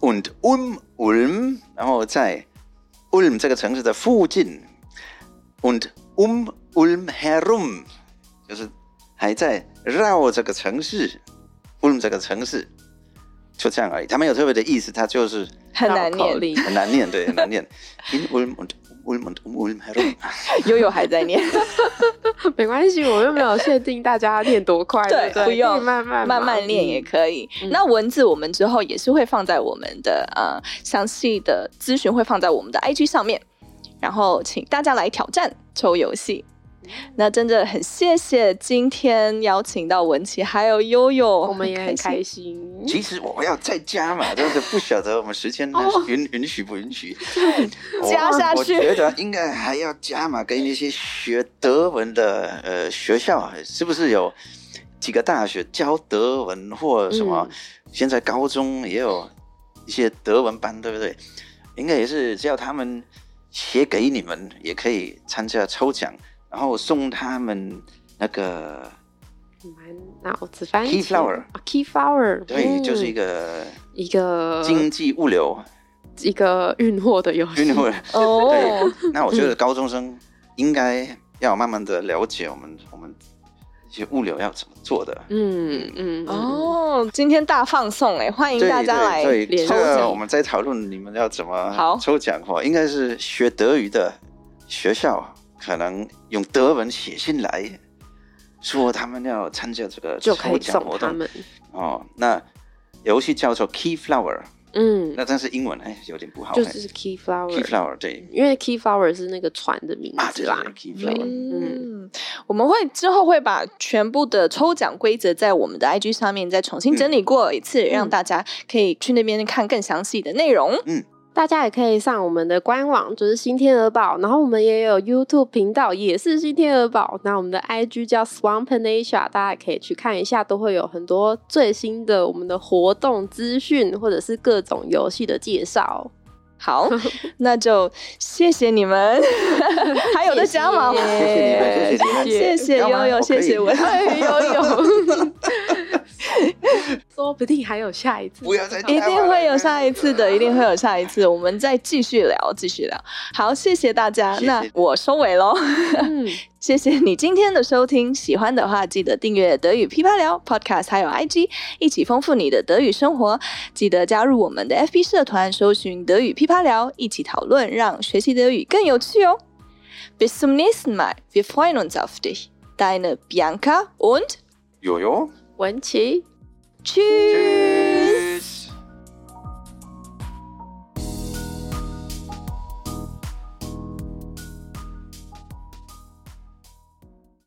D: ，und um Ulm，然后在 Ulm 这个城市的附近，und um Ulm herum，就是还在绕这个城市，Ulm 这个城市，就这样而已。它没有特别的意思，它就是
A: 很难
B: 绕口
A: 念，
B: 令，
D: 很难念，对，很难念。In Ulm und Ulm und um Ulm herum，
A: 悠悠还在念，
B: 没关系，我又没有限定大家念多快，
A: 对
B: 对对？
A: 不用
B: 可以慢慢嗯
A: 慢慢练也可以。那文字我们之后也是会放在我们的呃详细的咨询会放在我们的 IG 上面，然后请大家来挑战抽游戏。
B: 嗯
A: 那真的很谢谢今天邀请到文琪还有悠悠，
B: 我们也很开心。
A: 嗯
D: 其实我要再 加嘛，但是不晓得我们时间
B: 哦
D: 允允许不允许。我
A: 加下去
D: 我觉得应该还要加嘛，跟一些学德文的呃学校啊，是不是有几个大学教德文或什
A: 嗯
D: 么？现在高中也有一些德文班，对不对？应该也是叫他们写给你们，也可以参加抽奖，然后送他们那个
B: 我们脑子翻译啊
D: Key flower
B: key flower，
D: 对，
B: 嗯
D: 就是一个
B: 一个
D: 经济 物流
B: 一个运货的游戏，
D: 运会。
A: 哦，
D: 那我
B: 嗯
D: 觉得高中生应该要慢慢的了解我们我们一些物流要怎么做的。
B: 嗯嗯哦，
A: 哦，今天大放送哎，欢迎大家来。
D: 对对，
B: 联
D: 对
B: 系
D: 这个我们在讨论你们要怎
A: 好
D: 么抽奖哦，应该是学德语的学校可能用德文写信来说他们要参加这个
B: 就可
D: 抽
B: 以
D: 奖
B: 送
D: 活
B: 他
D: 动
B: 们，
D: 哦。那游戏叫做 Key Flower，
B: 嗯，
D: 那但是英文哎有点不好，
B: 就
D: 哎
B: 是 key
D: Key
B: flower，
D: Flower 对
B: 因为 key flower 是那个船的名
D: 啊
B: 字
D: 对
B: 啦，
D: 对，Key
B: 对
D: Flower。
A: 嗯，我们会之后会把全部的抽奖规则在我们的 IG 上面再重
D: 嗯
A: 新整理过一次，让大家可以去那边看更详细的内容。
B: 大家也可以上我们的官网，就是新天鹅堡，然后我们也有 YouTube 频道，也是新天鹅堡。那我们的 IG 叫 Swamp Asia，大家可以去看一下，都会有很多最新的我们的活动资讯，或者是各种游戏的介 绍。
A: 好，那就谢谢你们， 还有的加码，
B: 谢谢
D: 谢谢你们谢谢你
A: 谢
D: 们
A: 谢
D: 要吗
A: 悠悠，
D: 我可
A: 谢
D: 以
A: 谢 文，
B: 哎呦呦，说不定还有下一次。哎
D: 不要再加码
A: 一
D: 了
A: 定会有下一次的，一定会有下一次，我们再继续聊，继续聊。好，谢谢大家，
D: 谢谢
A: 那我收尾喽。
B: 嗯，
A: 谢谢你今天的收听，喜欢的话记得订阅德语噼啪聊 Podcast，还有 IG，一起丰富你的德语生活。记得加入我们的 FB 社团，搜寻德语噼啪聊，一起讨论，让学习德语更有趣哦。Bis zum nächsten Mal, wir freuen uns auf dich. Deine Bianca und
D: 有哟。
B: 文琪。嗯
A: tschüss.